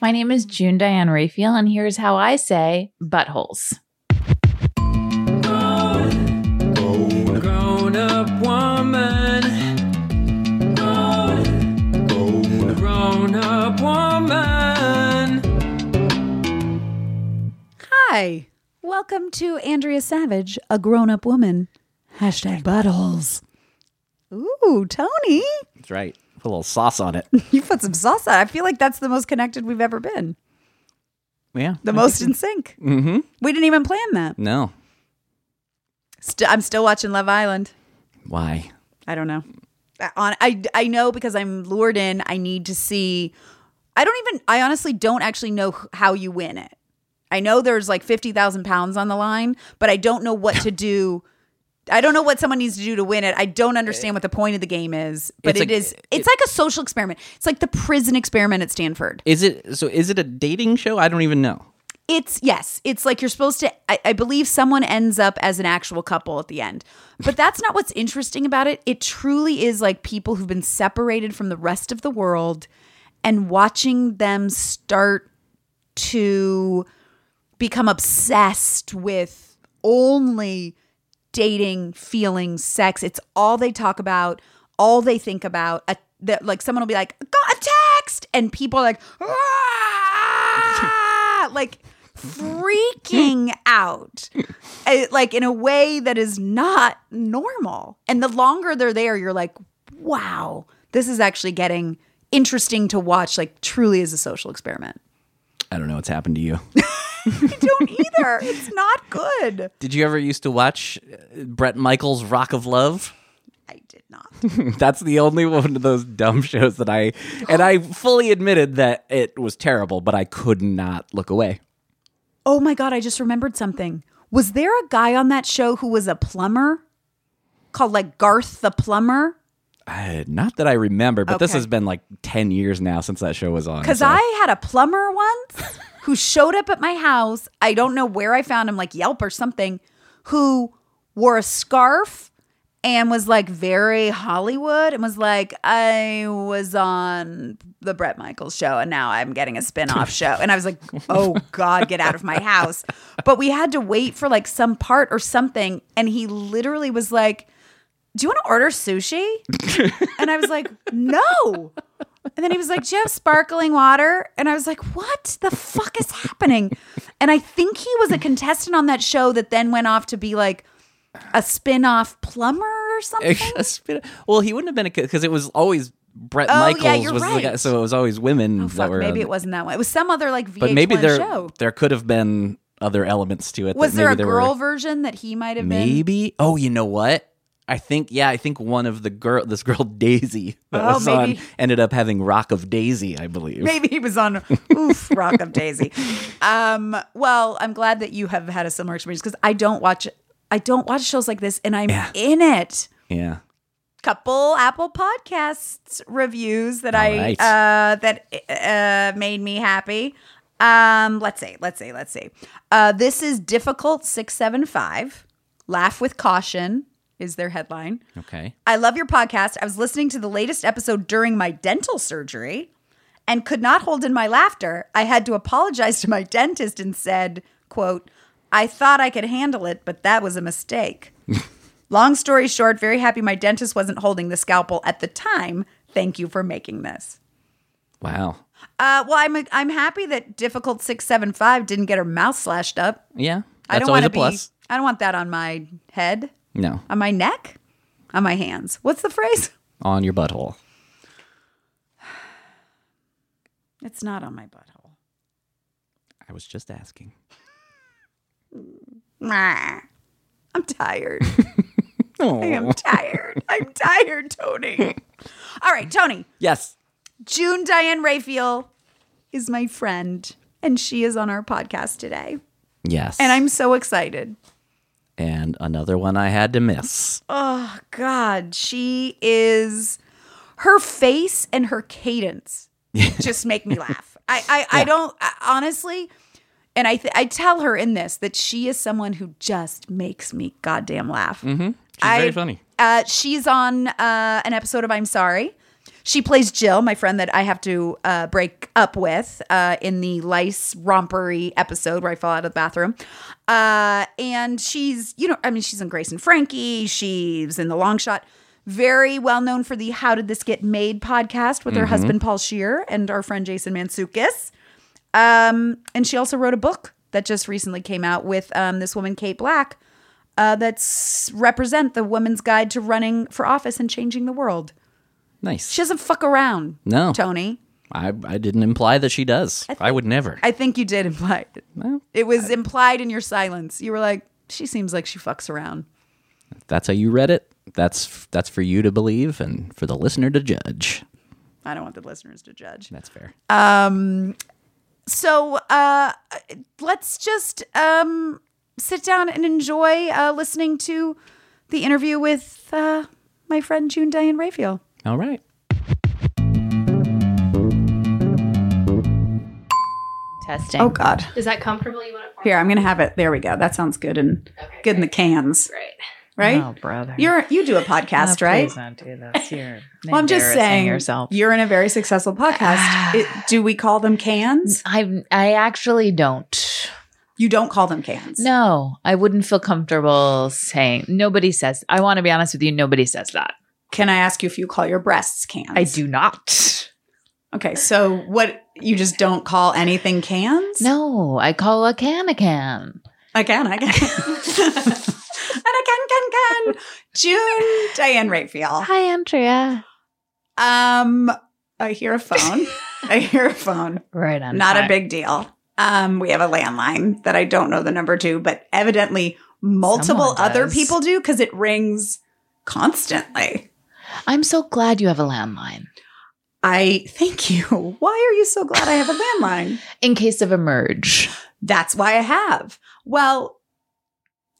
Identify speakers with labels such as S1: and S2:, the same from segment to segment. S1: My name is June Diane Raphael, and here's how I say buttholes.
S2: Grown up woman. Grown up woman.
S3: Hi. Welcome to Andrea Savage, a grown up woman. Hashtag buttholes. Ooh, Tony.
S4: That's right. Put a little sauce on it.
S3: You put some salsa. I feel like that's the most connected we've ever been.
S4: Yeah.
S3: The most in sync.
S4: Mm-hmm.
S3: We didn't even plan that.
S4: No.
S3: St- I'm still watching Love Island.
S4: Why?
S3: I don't know. I- On I I know because I'm lured in. I need to see. I don't even. I honestly don't actually know h- how you win it. I know there's like fifty thousand pounds on the line, but I don't know what to do. I don't know what someone needs to do to win it. I don't understand what the point of the game is, but
S4: Eh. It's
S3: it
S4: like-
S3: is. It's like a social experiment. It's like the prison experiment at Stanford.
S4: Is it so is it a dating show? I don't even know.
S3: It's yes. It's like you're supposed to. I, I believe someone ends up as an actual couple at the end, but that's not what's interesting about it. It truly is like people who've been separated from the rest of the world, and watching them start to become obsessed with only dating, feeling, sex. It's all they talk about, all they think about. A, that like someone will be like, "Got a text," and people are like, "Ah!" like freaking out, Uh, like in a way that is not normal. And the longer they're there, you're like, "Wow, this is actually getting." interesting to watch like truly is a social experiment
S4: I don't know what's happened to you.
S3: i don't either it's not good
S4: Did you ever used to watch uh, Brett Michaels' Rock of Love?
S3: i did not
S4: That's the only one of those dumb shows that I and I fully admitted that it was terrible, but I could not look away.
S3: Oh my God, I just remembered something. Was there a guy on that show who was a plumber called like Garth the Plumber?
S4: Uh, not that I remember, but this
S3: Okay.
S4: has been like 10 years now since that show was on.
S3: Because
S4: so-
S3: I had a plumber once who showed up at my house. I don't know where I found him, like Yelp or something, who wore a scarf and was like very Hollywood and was like, I was on the Brett Michaels show and now I'm getting a spin-off show. And I was like, oh God, get out of my house. But we had to wait for like some part or something. And he literally was like, Do you want to order sushi? And I was like, No. And then he was like, Do you have sparkling water? And I was like, What the fuck is happening? And I think he was a contestant on that show that then went off to be like a spin off plumber or something.
S4: A spin- well, he wouldn't have been a because it was always Brett
S3: Oh, yeah,
S4: Michaels
S3: you're
S4: was the guy,
S3: right.
S4: so it was always women
S3: Oh,
S4: that
S3: fuck,
S4: were.
S3: maybe
S4: on-
S3: it wasn't that one. It was some other like VH1
S4: but maybe there
S3: show.
S4: there could have been other elements to it.
S3: Was
S4: that
S3: there a
S4: maybe were-
S3: girl version that he might have been?
S4: maybe. Oh, you know what? I think yeah, I think one of the girl, this girl Daisy that
S3: Oh,
S4: was
S3: maybe.
S4: on, ended up having Rock of Daisy, I believe.
S3: Maybe he was on Oof Rock of Daisy. Um, well, I'm glad that you have had a similar experience because I don't watch I don't watch shows like this and I'm in it.
S4: Yeah,
S3: Couple Apple Podcasts reviews that I
S4: right.
S3: uh, that uh, made me happy. Um, let's see, let's see, let's see. Uh, this is difficult six seven five. Laugh with caution is their headline.
S4: okay.
S3: I love your podcast. I was listening to the latest episode during my dental surgery and could not hold in my laughter. I had to apologize to my dentist and said, quote, I thought I could handle it, but that was a mistake. Long story short, very happy my dentist wasn't holding the scalpel at the time. Thank you for making this.
S4: Wow.
S3: Uh, well, I'm I'm happy that difficult six seven five didn't get her mouth slashed up.
S4: Yeah,
S3: I
S4: that's always
S3: don't want
S4: a
S3: to be.
S4: plus.
S3: I don't want that on my head,
S4: No,
S3: on my neck, on my hands. What's the phrase?
S4: on your butthole.
S3: It's not on my butthole.
S4: I was just asking.
S3: Nah. I'm tired. I
S4: Oh.
S3: am tired. I'm tired, Tony. All right, Tony.
S4: Yes.
S3: June Diane Raphael is my friend, and she is on our podcast today.
S4: Yes.
S3: And I'm so excited.
S4: and another one I had to miss.
S3: Oh, God. She is her face and her cadence just make me laugh. I, I, I don't, I, honestly, and I, th- I tell her in this that she is someone who just makes me goddamn laugh.
S4: She's
S3: I-
S4: funny.
S3: Uh, she's on uh, an episode of I'm Sorry. She plays Jill, my friend that I have to uh, break up with uh, in the lice rompery episode where I fall out of the bathroom. Uh, and she's, you know, I mean, she's in Grace and Frankie. She's in The Long Shot. Very well known for the How Did This Get Made podcast with her husband, Paul Shear, and our friend, Jason Mansukis. Um, and she also wrote a book that just recently came out with um, this woman, Kate Black, uh, that's represent the woman's guide to running for office and changing the world.
S4: Nice.
S3: She doesn't fuck around.
S4: No.
S3: Tony.
S4: I, I didn't imply that she does. I, would never.
S3: I think you did imply it. it was implied in your silence. You were like, she seems like she fucks around.
S4: that's how you read it. That's that's for you to believe and for the listener to judge. Uh,
S3: I don't want the listeners to judge.
S4: That's fair.
S3: So uh, let's just um, sit down and enjoy uh, listening to the interview with uh, my friend June Diane Raphael.
S4: All right.
S1: Testing.
S3: Oh, God.
S5: Is that comfortable? You want it?
S3: Here, I'm gonna have it. There we go. That sounds good and good in the cans,
S5: Great.
S3: right?
S6: Oh, brother.
S3: You're you do a podcast,
S6: Oh,
S3: right?
S6: Please don't do this. You're
S3: Well, I'm just
S6: embarrassing
S3: saying
S6: yourself.
S3: you're in a very successful podcast. It- do we call them cans?
S1: I I actually don't.
S3: You don't call them cans.
S1: No, I wouldn't feel comfortable saying. Nobody says. I want to be honest with you. Nobody says that.
S3: Can I ask you if you call your breasts cans?
S1: I do not.
S3: Okay, so what you just don't call anything cans?
S1: No, I call a can a can.
S3: I can, I can. and I can, can, can. June Diane Raphael.
S1: Hi, Andrea.
S3: Um, I hear a phone. I hear a phone.
S1: Right on.
S3: Not a
S1: time.
S3: big deal. Um, we have a landline that I don't know the number to, but evidently multiple
S1: Someone
S3: other
S1: does.
S3: people do because it rings constantly.
S1: I'm so glad you have a landline
S3: I thank you. Why are you so glad I have a landline?
S1: in case of a merge.
S3: That's why I have. Well,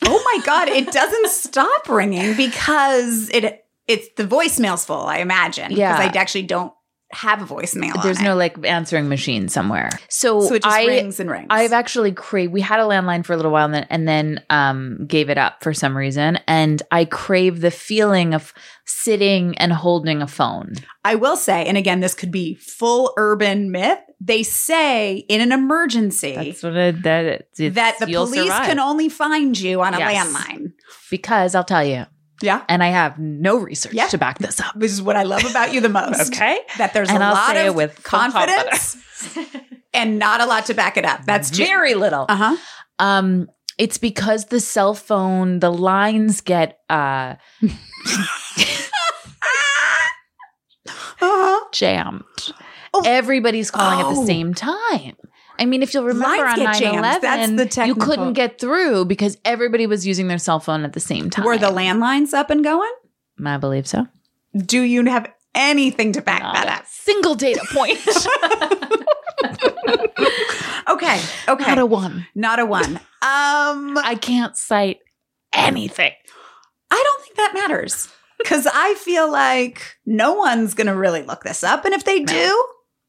S3: oh my god, it doesn't stop ringing because it it's the voicemail's full. I imagine.
S1: Yeah.
S3: because I actually don't have a voicemail. on
S1: There's
S3: it.
S1: no like answering machine somewhere. So,
S3: Oh, so it just
S1: I
S3: rings and rings.
S1: I've actually craved. We had a landline for a little while, and then and then um, gave it up for some reason. And I crave the feeling of sitting and holding a phone.
S3: I will say, and again, this could be full urban myth. They say in an emergency
S1: That's what I, that it's,
S3: that the
S1: you'll
S3: police
S1: survive.
S3: can only find you on a
S1: Yes.
S3: landline.
S1: because I'll tell you,
S3: Yeah,
S1: and I have no research
S3: Yeah.
S1: to back this up.
S3: which is what I love about you the most. that there's
S1: And
S3: a
S1: I'll
S3: lot
S1: say
S3: of
S1: it with full
S3: confidence and not a lot to back it up. That's June.
S1: very little.
S3: Uh huh.
S1: Um, it's because the cell phone, the lines get uh Ah!
S3: Uh-huh.
S1: jammed.
S3: Oh.
S1: Everybody's calling at
S3: Oh.
S1: the same time. I mean, if you'll remember
S3: Lines
S1: on
S3: get jammed.
S1: 9-11,
S3: That's the
S1: you
S3: technical-
S1: couldn't get through because everybody was using their cell phone at the same time.
S3: Were the landlines up and going?
S1: I believe so.
S3: Do you have anything to back
S1: Not
S3: that
S1: a single data point.
S3: up? Okay. Okay.
S1: Not a one.
S3: Not a one. Um, I
S1: I can't cite anything.
S3: don't think that matters because I feel like no one's going to really look this up. And if they do,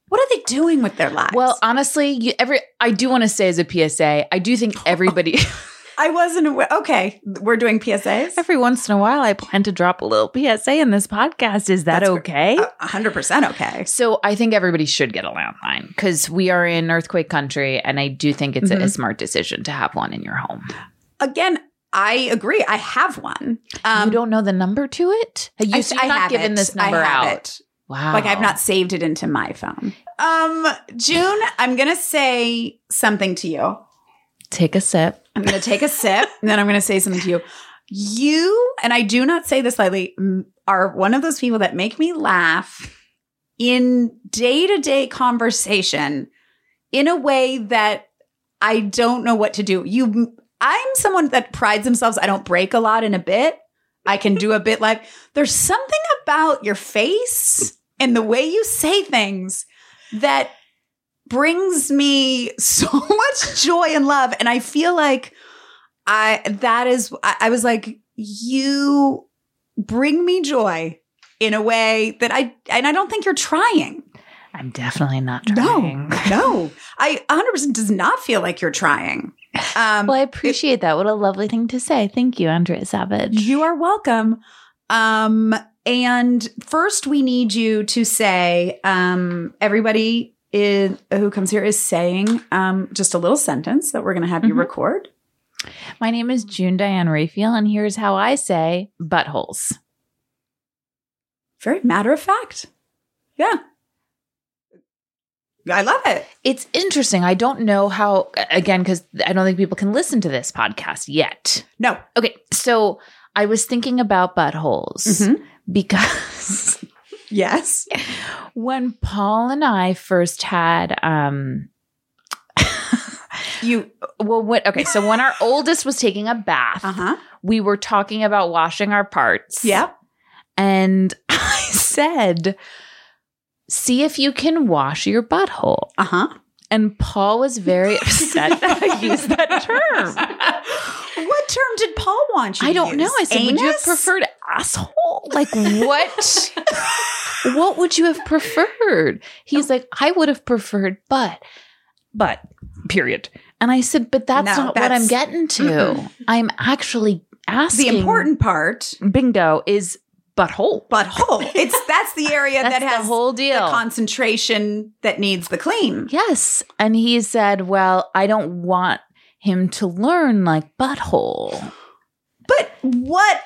S3: what are they doing with their lives?
S1: Well, honestly, you, every I do want to say as a PSA, I do think everybody
S3: I wasn't aware. Okay. We're doing PSAs.
S1: every once in a while I plan to drop a little PSA in this podcast. Is that
S3: That's fair.
S1: okay?
S3: A 100% okay.
S1: So I think everybody should get a landline because we are in earthquake country, and I do think it's a- a,
S3: Mhm.
S1: smart decision to have one in your home.
S3: Again, I agree. I have one. Um,
S1: you don't know the number to it. You,
S3: I,
S1: so you've
S3: I
S1: not
S3: have
S1: given
S3: it.
S1: this
S3: I
S1: number
S3: have
S1: out.
S3: it.
S1: Wow,
S3: Like I've not saved it into my phone. Um, June, I'm gonna say something to you.
S1: take a sip.
S3: I'm gonna take a sip and then I'm gonna say something to you. You and I do not say this lightly m- are one of those people that make me laugh in day to day conversation in a way that I don't know what to do. You, I'm someone that prides themselves. I don't break a lot in a bit. I can do a bit like there's something about your face and the way you say things that brings me so much joy and love. And I feel like I, that is, I, I was like, you bring me joy in a way that I, and I don't think you're trying.
S1: I'm definitely not
S3: No, Um,
S1: trying.
S3: no, I 100% does not feel like you're trying. Um,
S1: Well, I appreciate that. What a lovely thing to say. Thank you, Andrea Savage.
S3: you are welcome. Um, And first, we need you to say, um, everybody is, who comes here is saying um, just a little sentence that we're going to have you
S1: Mhm.
S3: record.
S1: My name is June Diane Raphael, and here's how I say buttholes.
S3: Very matter of fact. Yeah. I love it.
S1: It's interesting. I don't know how, again, because I don't think people can listen to this podcast yet.
S3: No.
S1: Okay, so I was thinking about buttholes
S3: Mhm.
S1: because
S3: Yes.
S1: when Paul and I first had, um,
S3: You.
S1: well, what? Okay, so when our oldest was taking a bath,
S3: Uh huh.
S1: we were talking about washing our parts.
S3: Yep.
S1: and I said, "See if you can wash your butthole."
S3: Uh huh.
S1: And Paul was very upset that I used that term.
S3: What term did Paul want you?
S1: I
S3: to
S1: don't know.
S3: use?
S1: I said, would you have
S3: Anus?
S1: preferred asshole? Like what? what would you have preferred? He's like, I would have preferred butt, but period. And I said, but that's not
S3: No,
S1: what
S3: that's-
S1: I'm getting to.
S3: Mm-mm.
S1: I'm actually asking.
S3: The Mm-hmm. important part,
S1: bingo is butthole.
S3: butthole. It's that's the area
S1: That's
S3: that has
S1: the whole
S3: the
S1: deal.
S3: concentration that needs the clean.
S1: yes, and he said, well, I don't want him to learn like butthole.
S3: But what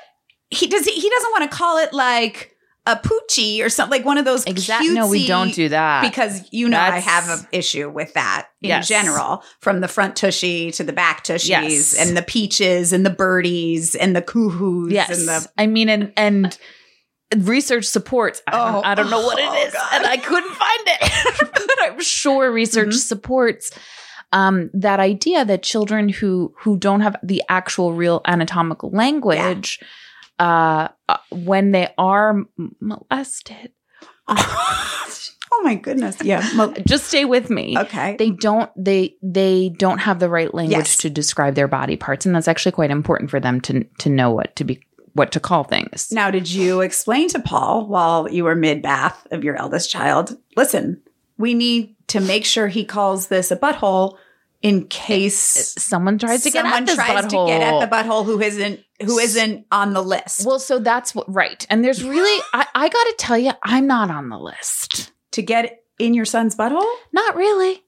S3: he does, he, he doesn't want to call it like a poochie or something like one of those.
S1: Exactly. No, we
S3: cutesy-
S1: don't do that.
S3: because you know I
S1: Uh, That's-
S3: have an issue with that in
S1: Yes.
S3: general, from the front tushy to the back tushies
S1: Yes.
S3: and the peaches and the birdies and the coohoos
S1: Yes,
S3: and the
S1: I mean, and and research supports. I don't,
S3: Oh.
S1: I don't know what
S3: Oh,
S1: it is,
S3: God.
S1: and I couldn't find it, but I'm sure research
S3: Mhm.
S1: supports um, that idea that children who who don't have the actual real anatomical language, uh, uh, when they are m- molested,
S3: oh my goodness, yeah. Mo-
S1: just stay with me.
S3: Okay.
S1: They don't they they don't have the right language
S3: Yes.
S1: to describe their body parts, and that's actually quite important for them to to know what to be what to call things.
S3: Now, did you explain to Paul while you were mid bath of your eldest child? Listen, we need to make sure he calls this a butthole in case
S1: someone tries to get
S3: someone
S1: at this
S3: tries
S1: butthole.
S3: to get at the butthole who isn't who isn't on the list
S1: well, so that's what right. And there's really I, I gotta tell you, I'm not on the list.
S3: to get in your son's butthole.
S1: Not really.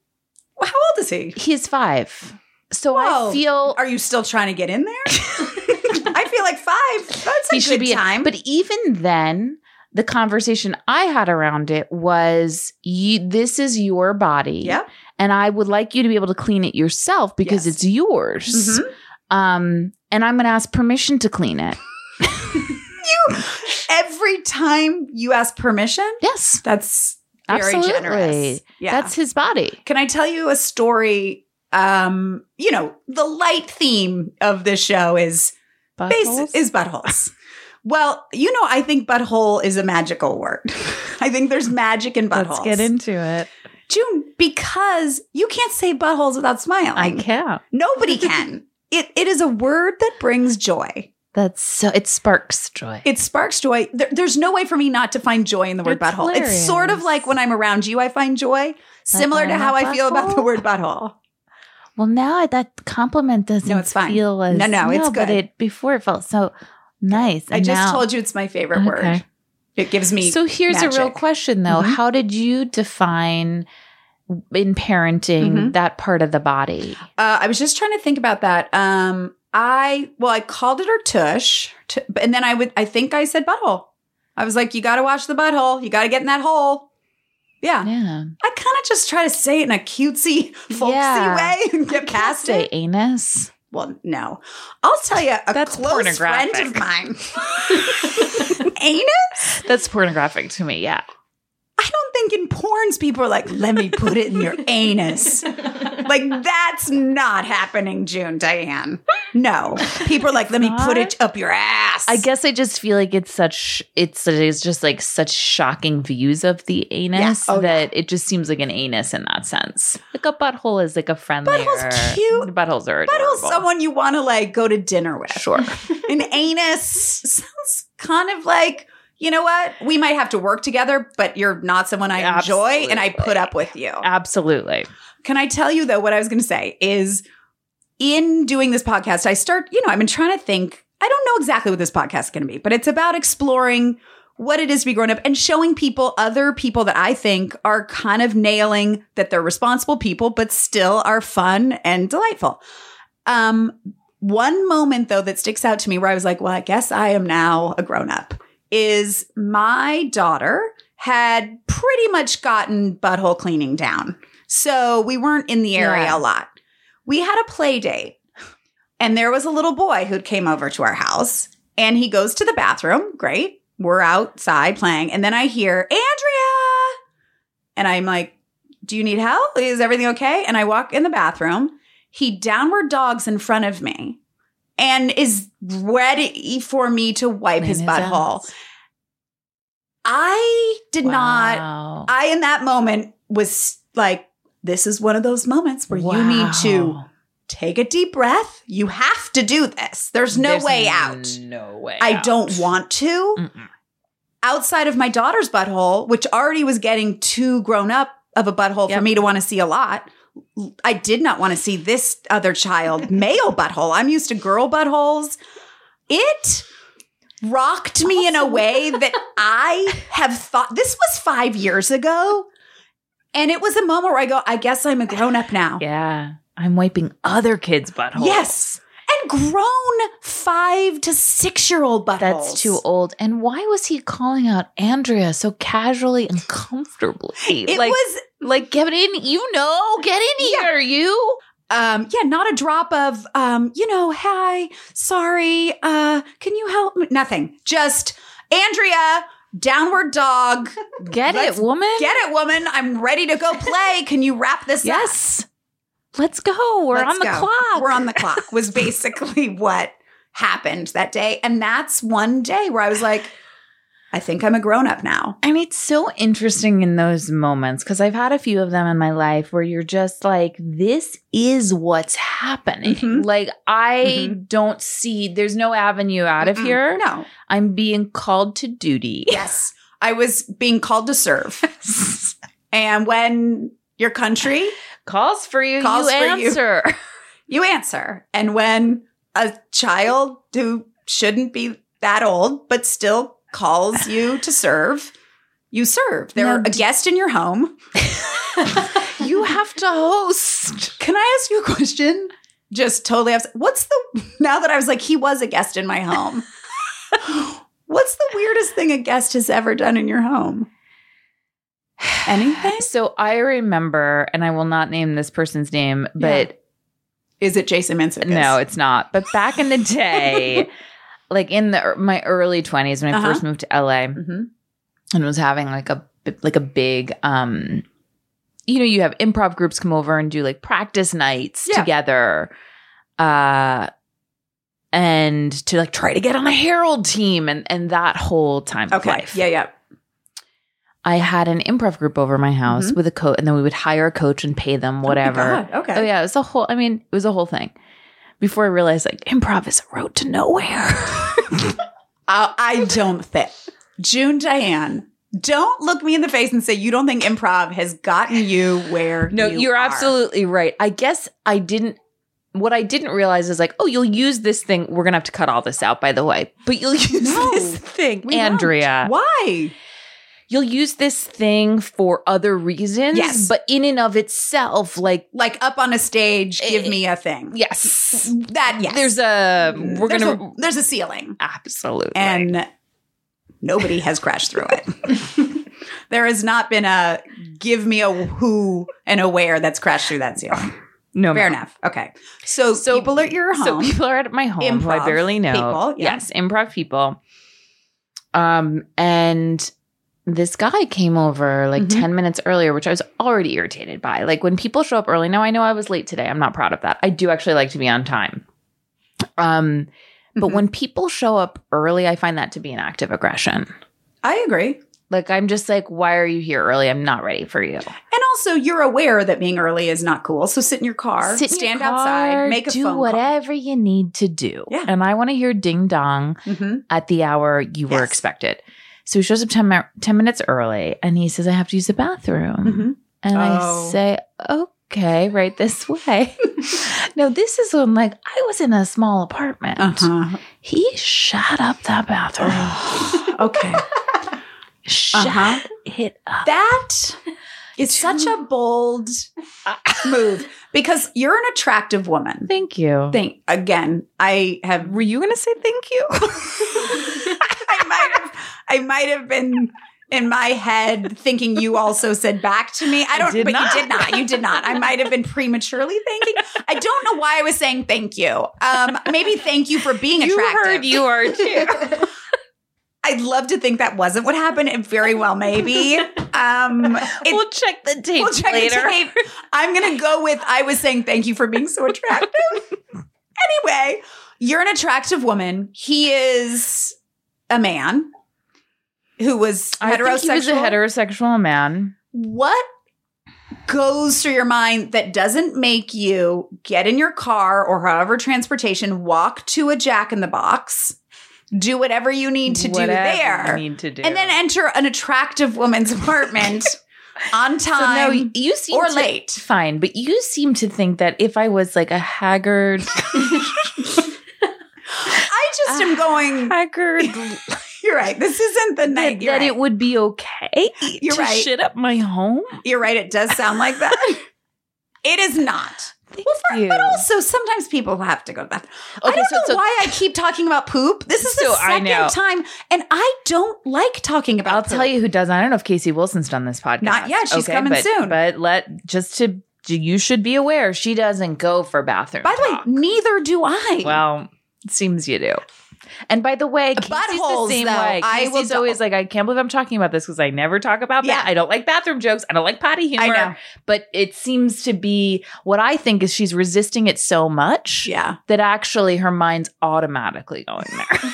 S3: Well, how old is he?
S1: He's five. So
S3: Whoa.
S1: I feel
S3: Are you still trying to get in there? I feel like five. That's a
S1: he
S3: good
S1: should be
S3: time.
S1: But even then, the conversation I had around it was you this is your body.
S3: yeah,
S1: And I would like you to be able to clean it yourself because
S3: Yes.
S1: it's yours.
S3: Mhm.
S1: Um, and I'm gonna ask permission to clean it.
S3: you. Every time you ask permission,
S1: Yes.
S3: that's very
S1: absolutely.
S3: generous. Yeah,
S1: That's his body.
S3: Can I tell you a story? Um, you know, the light theme of this show is base
S1: Buttholes?
S3: is buttholes. well, you know, I think butthole is a magical word. I think there's magic in buttholes.
S1: Let's get into it.
S3: June because you can't say buttholes without smiling.
S1: I can't.
S3: Nobody can. It it is a word that brings joy.
S1: That's so it sparks joy.
S3: It sparks joy. There, there's no way for me not to find joy in the word
S1: It's
S3: butthole. It's sort of
S1: hilarious.
S3: like when I'm around you, I find joy. Similar to
S1: I'm
S3: how
S1: a
S3: I feel about the
S1: butthole.
S3: word butthole.
S1: well, now I- that compliment doesn't
S3: No, it's fine.
S1: feel as
S3: No, no, it's
S1: But
S3: good.
S1: it before it felt so nice.
S3: I
S1: and
S3: just
S1: now-
S3: told you it's my favorite word.
S1: Okay.
S3: It gives me
S1: So here's a real
S3: magic.
S1: question, though:
S3: Mhm.
S1: How did you define in parenting
S3: Mhm.
S1: that part of the body?
S3: Uh, I was just trying to think about that. Um, I well, I called it her tush, t- and then I would I think I said butthole. I was like, you got to watch the butthole. You got to get in that hole. Yeah,
S1: Yeah,
S3: I kind of just try to say it in a cutesy, folksy
S1: Yeah.
S3: way and get past
S1: say
S3: it.
S1: anus.
S3: Well, no, I'll tell you a
S1: That's
S3: close friend of
S1: pornographic.
S3: mine. Ain't it?
S1: That's pornographic to me. Yeah,
S3: I don't think in porns people are like, let me put it in your anus. Like, that's not happening, June Diane. No. People are like, let me put it up your ass.
S1: I guess I just feel like it's such it's it is just like such shocking views of the anus
S3: Oh,
S1: that it just seems like an anus in that sense. Like a butthole is like a friendly
S3: Butthole's cute.
S1: Buttholes are
S3: But
S1: adorable.
S3: also someone you want to like go to dinner with.
S1: sure.
S3: An anus sounds kind of like, you know what? We might have to work together, but you're not someone I enjoy and I put
S1: Absolutely.
S3: up with you.
S1: Absolutely.
S3: Can I tell you though what I was going to say is in doing this podcast, I start, you know, I've been trying to think, I don't know exactly what this podcast is going to be, but it's about exploring what it is to be grown up and showing people other people that I think are kind of nailing that they're responsible people, but still are fun and delightful. Um, one moment though that sticks out to me where I was like, well, I guess I am now a grown up is my daughter had pretty much gotten butthole cleaning down. So we weren't in the area
S1: Yeah.
S3: a lot. We had a play date and there was a little boy who'd came over to our house and he goes to the bathroom. Great. We're outside playing. And then I hear, Andrea. And I'm like, do you need help? Is everything okay? And I walk in the bathroom. He downward dogs in front of me and is ready for me to wipe his butthole. I did not,
S1: Wow.
S3: I in that moment was like, this is one of those moments where you need to
S1: Wow.
S3: take a deep breath. You have to do this. There's no
S1: There's
S3: way out.
S1: No way.
S3: I
S1: out.
S3: don't want to.
S1: Mm-mm.
S3: Outside of my daughter's butthole, which already was getting too grown up of a butthole for
S1: Yep.
S3: me to want to see a lot, I did not want to see this other child male butthole. I'm used to girl buttholes. It rocked me in a way that I have thought this was five years ago. And it was a moment where I go, I guess I'm a grown up now.
S1: Yeah. I'm wiping other kids' buttholes.
S3: Yes. And grown five to six year old buttholes.
S1: That's too old. And why was he calling out Andrea so casually and comfortably?
S3: It
S1: like,
S3: was,
S1: like get in. You know, get in
S3: Yeah.
S1: here, you.
S3: um, yeah, not a drop of, um, you know, hi, sorry, uh, can you help me? Nothing. Just Andrea, downward dog.
S1: Get
S3: Let's
S1: it, woman.
S3: Get it, woman. I'm ready to go play. Can you wrap this up?
S1: yes. Let's go. We're
S3: Let's
S1: on the
S3: go.
S1: clock.
S3: We're on the clock was basically what happened that day. And that's one day where I was like, I think I'm a grown up now.
S1: And it's so interesting in those moments because I've had a few of them in my life where you're just like, this is what's happening.
S3: Mhm.
S1: Like, I don't see, there's no avenue out of
S3: Mm-hmm. Mm-mm.
S1: here.
S3: No.
S1: I'm being called to duty.
S3: Yes. I was being called to serve. and when your country,
S1: Calls for you,
S3: Calls
S1: you
S3: for you.
S1: answer.
S3: you answer. And when a child who shouldn't be that old, but still calls you to serve, you serve. They're
S1: Now,
S3: a guest in your home.
S1: you have to host.
S3: Can I ask you a question? Just totally upset. What's the, now that I was like, he was a guest in my home. What's the weirdest thing a guest has ever done in your home? Anything?
S1: So I remember, and I will not name this person's name, but
S3: Is it Jason Mansukas?
S1: No, it's not. But back in the day, like in the my early 20s when I
S3: Uh-huh.
S1: first moved to LA
S3: Mhm.
S1: and was having like a bi- like a big um you know, you have improv groups come over and do like practice nights
S3: Yeah.
S1: together. Uh and to like try to get on a Herald team and and that whole time of
S3: Okay.
S1: life.
S3: Yeah, yeah.
S1: I had an improv group over my house
S3: Mhm.
S1: with a coach and then we would hire a coach and pay them whatever.
S3: Oh my God, okay.
S1: Oh yeah, it was a whole. I mean, it was a whole thing. Before I realized, like, improv is a road to nowhere.
S3: I, I don't think. June Diane, don't look me in the face and say you don't think improv has gotten you where
S1: no,
S3: you
S1: you are
S3: are.
S1: absolutely right. I guess I didn't. What I didn't realize is like, oh, you'll use this thing. We're gonna have to cut all this out, by the way. But you'll use
S3: No,
S1: this thing,
S3: We
S1: Andrea.
S3: won't. Why?
S1: You'll use this thing for other reasons.
S3: Yes.
S1: but in and of itself, like,
S3: Like up on a stage, give
S1: Eh,
S3: me a thing.
S1: yes,
S3: That yes.
S1: there's a we're
S3: there's
S1: gonna
S3: a, there's a ceiling.
S1: absolutely
S3: And nobody has crashed through it. there has not been a give me a who and a where that's crashed through that ceiling.
S1: no
S3: Fair enough. Okay. So,
S1: So-
S3: people at your
S1: So
S3: home.
S1: people are at my home who I
S3: Improv
S1: barely know.
S3: people, yeah.
S1: Yes, improv people. Um, and this guy came over like
S3: Mhm.
S1: 10 minutes earlier, which I was already irritated by. Like when people show up early, now I know I was late today. I'm not proud of that. I do actually like to be on time. Um, but
S3: Mhm.
S1: when people show up early, I find that to be an act of aggression.
S3: I agree.
S1: Like I'm just like, why are you here early? I'm not ready for you.
S3: And also, you're aware that being early is not cool. So sit in your car,
S1: Sit in your
S3: stand
S1: car,
S3: outside, make a
S1: do
S3: phone
S1: whatever you need to do.
S3: Yeah.
S1: And I want to hear ding dong.
S3: call. hmm
S1: at the hour you were
S3: Yes.
S1: expected. So he shows up 10, mi- 10 minutes early and he says, I have to use the bathroom.
S3: hmm
S1: And
S3: Oh.
S1: I say, okay, right this way. no, this is when, like, I was in a small apartment.
S3: Uh-huh.
S1: He shut up the bathroom.
S3: okay.
S1: Shut
S3: Oh. Uh-huh.
S1: it up.
S3: That is such a bold move because you're an attractive woman.
S1: Thank you.
S3: Think again. I have.
S1: Were you gonna say thank you?
S3: I might have. I might have been in my head thinking you also said back to me. I don't.
S1: did
S3: but
S1: not.
S3: you did not. You did not. I might have been prematurely thanking. I don't know why I was saying thank you. Um, maybe thank you for being
S1: you
S3: attractive.
S1: heard you are too.
S3: I'd love to think that wasn't what happened. It very well maybe. Um, it-
S1: we'll check the tape
S3: We'll check the
S1: later.
S3: tape. I'm going to go with I was saying thank you for being so attractive. anyway, you're an attractive woman. He is a man who was
S1: I
S3: heterosexual.
S1: think he was a heterosexual man.
S3: what goes through your mind that doesn't make you get in your car or however transportation, walk to a jack in the box, do whatever you need to do
S1: Whatever
S3: there,
S1: you need to do.
S3: and then enter an attractive woman's apartment on
S1: so
S3: time
S1: no, you seem
S3: or
S1: to-
S3: late.
S1: Fine, but you seem to think that if I was like a haggard,
S3: I just am going.
S1: haggard,
S3: You're right. This isn't the night.
S1: Ah. that,
S3: You're,
S1: that
S3: right.
S1: it would be okay
S3: You're
S1: to
S3: right.
S1: shit up my home.
S3: You're right. It does sound like that. it is not.
S1: Thank
S3: Well, for,
S1: you.
S3: but also sometimes people have to go to that. I
S1: Okay,
S3: don't
S1: so-
S3: know
S1: so-
S3: why I keep talking about poop. This is the
S1: So, I
S3: second
S1: know.
S3: time, and I don't like talking about.
S1: I'll
S3: poop.
S1: tell you who does. I don't know if Casey Wilson's done this podcast.
S3: Not yet. She's coming
S1: but-
S3: soon.
S1: But let just to you should be aware she doesn't go for bathroom.
S3: By the
S1: talk.
S3: way, neither do I.
S1: Well, it seems you do. And by the way, Casey's
S3: Buttholes,
S1: the same
S3: though,
S1: way.
S3: I
S1: Casey's
S3: will-
S1: always like, I can't believe I'm talking about this because I never talk about
S3: Yeah.
S1: that. I don't like bathroom jokes. I don't like potty humor.
S3: I know.
S1: But it seems to be what I think is she's resisting it so much
S3: Yeah.
S1: that actually her mind's automatically going there.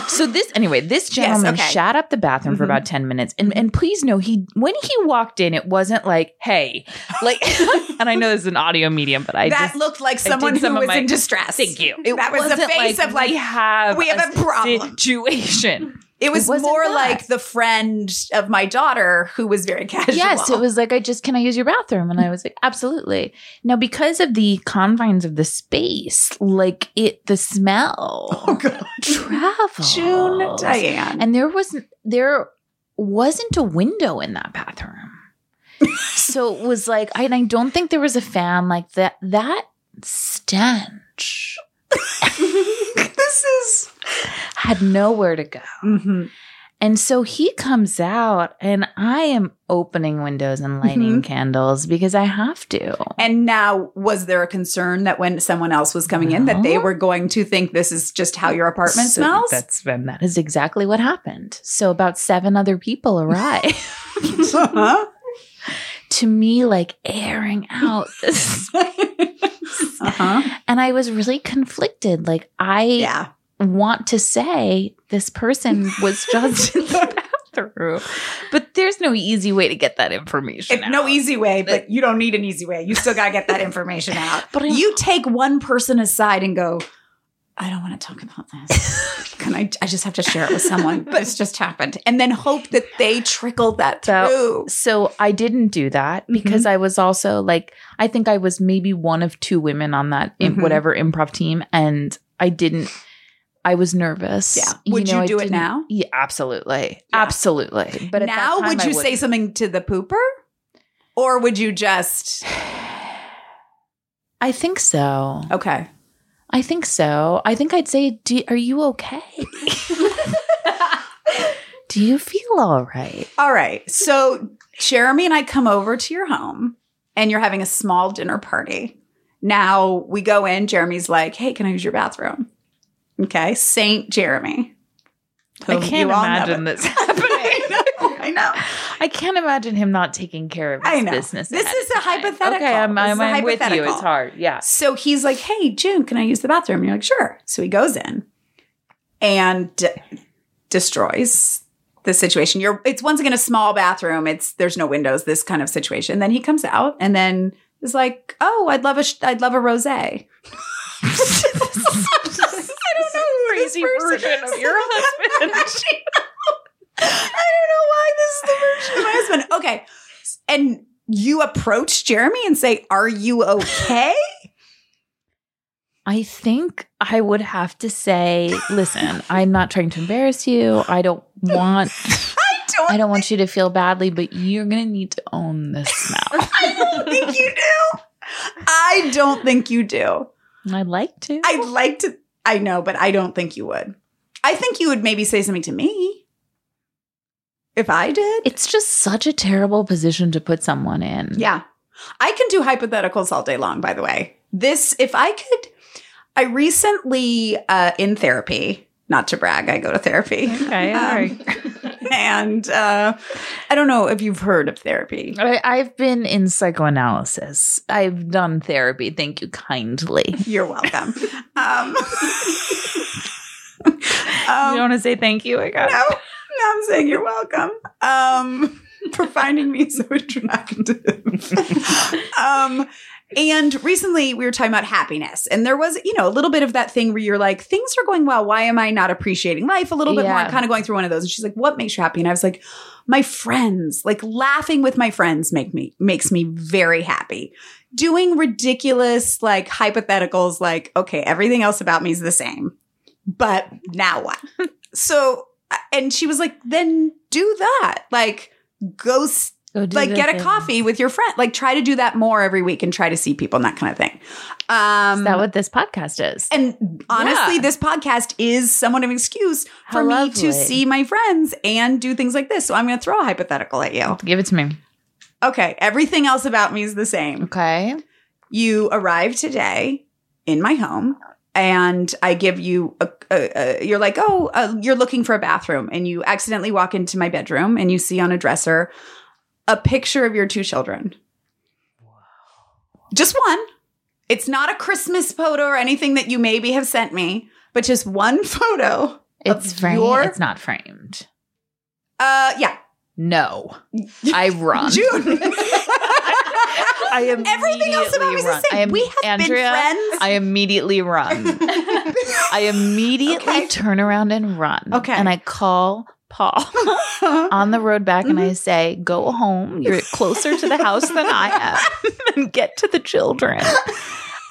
S1: so this anyway, this gentleman
S3: okay. Mm-hmm.
S1: shut up the bathroom for about 10 minutes. And and please know he when he walked in, it wasn't like, hey, like and I know this is an audio medium, but I
S3: that
S1: just
S3: looked like someone
S1: some
S3: who
S1: of
S3: was
S1: my-
S3: in distress.
S1: Thank you.
S3: that was the
S1: wasn't
S3: face of like
S1: we have
S3: we have a problem.
S1: situation.
S3: It was
S1: wasn't
S3: more
S1: that.
S3: like the friend of my daughter who was very casual.
S1: Yes, it was like I just can I use your bathroom, and I was like absolutely. Now because of the confines of the space, like it the smell
S3: Oh, God.
S1: travels.
S3: June Diane.
S1: and there wasn't there wasn't a window in that bathroom, so it was like I, and I don't think there was a fan like that. That stench
S3: this is
S1: had nowhere to go.
S3: Mm-hmm.
S1: And so he comes out, and I am opening windows
S3: Mm-hmm.
S1: and lighting candles because I have to.
S3: And now, was there a concern that when someone else was coming in, that they
S1: No.
S3: were going to think this is just how your apartment
S1: So
S3: smells?
S1: That's and that is exactly what happened. So about seven other people arrived
S3: Uh-huh.
S1: to me, like airing out this,
S3: Uh-huh.
S1: and I was really conflicted. Like I
S3: Yeah.
S1: want to say this person was just in the bathroom, but there's no easy way to get that information.
S3: If-
S1: out.
S3: no e- easy way, but you don't need an easy way. You still got to get that information out.
S1: But I-
S3: you take one person aside and go, I don't want to talk about this. Can I? I just have to share it with someone. this just happened. And then hope that they trickle that
S1: So-
S3: through.
S1: So I didn't do that
S3: Mm-hmm.
S1: because I was also like, I think I was maybe one of two women on that in
S3: Mhm.
S1: whatever improv team, and I didn't. I was nervous.
S3: Yeah. Would you
S1: I
S3: do it
S1: didn't-
S3: now?
S1: Yeah, absolutely,
S3: Yeah.
S1: absolutely. But at that
S3: now,
S1: time,
S3: would
S1: I
S3: you say
S1: wouldn't.
S3: something to the pooper? Or would you just,
S1: I think so.
S3: okay.
S1: I think so. I think I'd say, do, "Are you okay? do you feel all right?"
S3: All right. So Jeremy and I come over to your home and you're having a small dinner party. Now we go in, Jeremy's like, hey, can I use your bathroom? Okay. Saint Jeremy.
S1: I
S3: whom
S1: can't
S3: you all know.
S1: imagine this happening.
S3: I know.
S1: I can't imagine him not taking care of his
S3: I know.
S1: business.
S3: This
S1: ahead of
S3: is a
S1: time.
S3: hypothetical.
S1: Okay, I'm,
S3: This is
S1: I'm,
S3: a
S1: I'm with you.
S3: hypothetical.
S1: It's hard. Yeah.
S3: So he's like, hey, June, can I use the bathroom? And you're like, sure. So he goes in and d- destroys the situation. You're it's once again a small bathroom. It's there's no windows, this kind of situation. Then he comes out and then is like, oh, I'd love a sh- I'd love a rosé.
S1: crazy version of your husband.
S3: I don't know why this is the version of my husband. Okay. And you approach Jeremy and say, Are you okay?
S1: I think I would have to say, listen, I'm not trying to embarrass you. I don't want
S3: I don't,
S1: I don't want you to feel badly, but you're going to need to own this now.
S3: I don't think you do. I don't think you do.
S1: And I'd like to.
S3: I'd like to. I know, but I don't think you would. I think you would maybe say something to me if I did.
S1: it's just such a terrible position to put someone in.
S3: yeah. I can do hypotheticals all day long, by the way. This, if I could, I recently, uh, in therapy, not to brag, I go to therapy.
S1: Okay.
S3: Um,
S1: all right.
S3: and uh, I don't know if you've heard of therapy.
S1: I, I've been in psychoanalysis. I've done therapy. Thank you kindly.
S3: You're welcome. um,
S1: you
S3: um,
S1: don't want to say thank you? I got
S3: no, no, I'm saying you're welcome um, for finding me so attractive. um, and recently we were talking about happiness, and there was, you know, a little bit of that thing where you're like, things are going well. Why am I not appreciating life a little bit more?
S1: Yeah.
S3: Kind of going through one of those. And she's like, what makes you happy? And I was like, my friends, like laughing with my friends make me makes me very happy. Doing ridiculous like hypotheticals like, okay, everything else about me is the same. But now what? so uh, and she was like, then do that. Like go s-
S1: Go do
S3: like
S1: the
S3: get a
S1: thing.
S3: coffee with your friend. Like try to do that more every week and try to see people and that kind of thing. Um
S1: Is that what this podcast is?
S3: and honestly,
S1: Yeah.
S3: this podcast is somewhat of an excuse for
S1: How
S3: me
S1: lovely.
S3: to see my friends and do things like this. So I'm going to throw a hypothetical at you.
S1: Give it to me.
S3: Okay, everything else about me is the same.
S1: Okay.
S3: You arrive today in my home, and I give you a. a, a you're like, oh, uh, you're looking for a bathroom, and you accidentally walk into my bedroom, and you see on a dresser a picture of your two children. Just one. It's not a Christmas photo or anything that you maybe have sent me, but just one photo. of
S1: It's framed.
S3: your-
S1: It's not framed.
S3: Uh, yeah,
S1: No. I run.
S3: June.
S1: I
S3: Everything else about
S1: immediately
S3: me is the
S1: run.
S3: same.
S1: I am-
S3: we have
S1: Andrea,
S3: been friends.
S1: I immediately run. I immediately
S3: Okay.
S1: turn around and run.
S3: Okay.
S1: And I call Paul on the road back and I say, Go home. You're closer to the house than I am. and get to the children.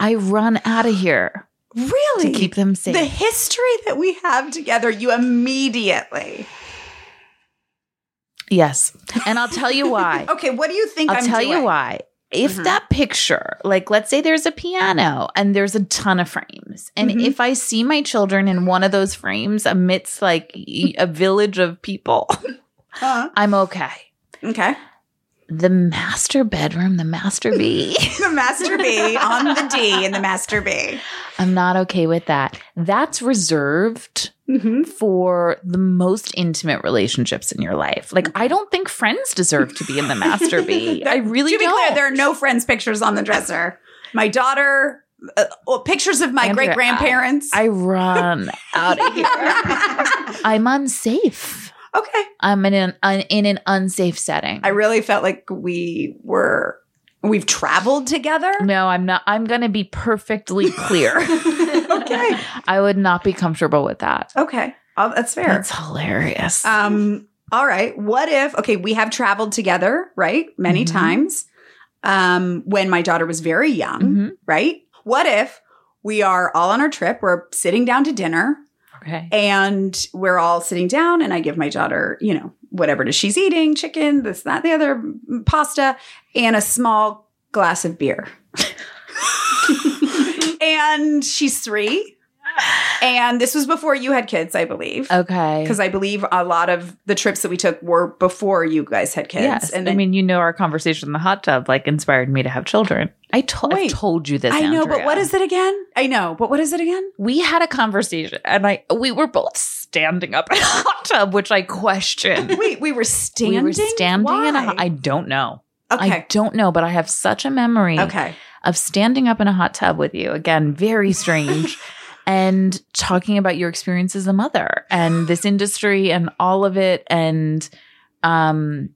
S1: I run out of here
S3: really
S1: to keep them safe.
S3: the history that we have together. You immediately.
S1: yes. And I'll tell you why.
S3: Okay, what do you think?
S1: I'll
S3: am
S1: tell you
S3: doing?
S1: why. If
S3: Mhm.
S1: that picture, like let's say there's a piano and there's a ton of frames, and
S3: Mhm.
S1: if I see my children in one of those frames amidst like y- a village of people,
S3: Huh?
S1: I'm okay.
S3: Okay,
S1: The master bedroom, the master B,
S3: the master B on the D and the master B.
S1: I'm not okay with that. That's reserved
S3: Mm-hmm.
S1: for the most intimate relationships in your life. Like I don't think friends deserve to be in the master B. I really
S3: to be
S1: don't.
S3: clear, there are no friends' pictures on the dresser. My daughter, uh, well, pictures of my
S1: Andrea,
S3: great grandparents.
S1: I run out of here. I'm unsafe.
S3: okay,
S1: I'm in an un, in an unsafe setting.
S3: I really felt like we were we've traveled together.
S1: no, I'm not. I'm going to be perfectly clear.
S3: okay.
S1: I would not be comfortable with that.
S3: Okay. Oh, that's fair.
S1: That's hilarious.
S3: um, all right. What if, okay, we have traveled together, right? Many
S1: Mhm.
S3: times um, when my daughter was very young,
S1: Mhm.
S3: right? What if we are all on our trip, we're sitting down to dinner,
S1: Okay.
S3: and we're all sitting down, and I give my daughter, you know, whatever it is she's eating chicken, this, that, the other, mm, pasta, and a small glass of beer. and she's three. And this was before you had kids, I believe.
S1: Okay.
S3: Because I believe a lot of the trips that we took were before you guys had kids.
S1: yes.
S3: And
S1: I
S3: then-
S1: mean, you know, our conversation in the hot tub like inspired me to have children. I told I
S3: Wait.
S1: told you this.
S3: I know, but
S1: Andrea.
S3: what is it again? I know, but what is it again?
S1: we had a conversation, and I we were both standing up in a hot tub, which I question.
S3: Wait, we were standing.
S1: We were standing in a.
S3: Why?
S1: hot- I don't know. I
S3: okay.
S1: don't know, but I have such a memory.
S3: okay.
S1: of standing up in a hot tub with you. Again, very strange. and talking about your experience as a mother and this industry and all of it. And um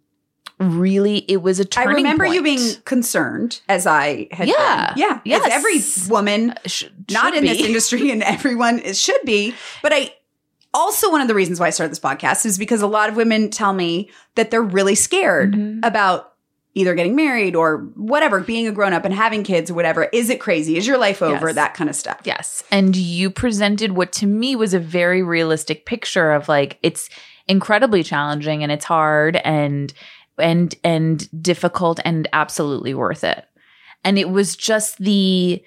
S1: really it was a
S3: I
S1: turning
S3: remember
S1: point.
S3: you being concerned as I had.
S1: Yeah.
S3: been. yeah.
S1: Yes.
S3: As every woman,
S1: Sh-
S3: not
S1: should
S3: in this
S1: be.
S3: industry, and everyone is- should be. But I also one of the reasons why I started this podcast is because a lot of women tell me that they're really scared
S1: Mhm.
S3: about either getting married or whatever, being a grown up and having kids or whatever. Is it crazy? Is your life over?
S1: Yes.
S3: That kind of stuff.
S1: Yes. And you presented what to me was a very realistic picture of like it's incredibly challenging and it's hard and and and difficult and absolutely worth it. And it was just the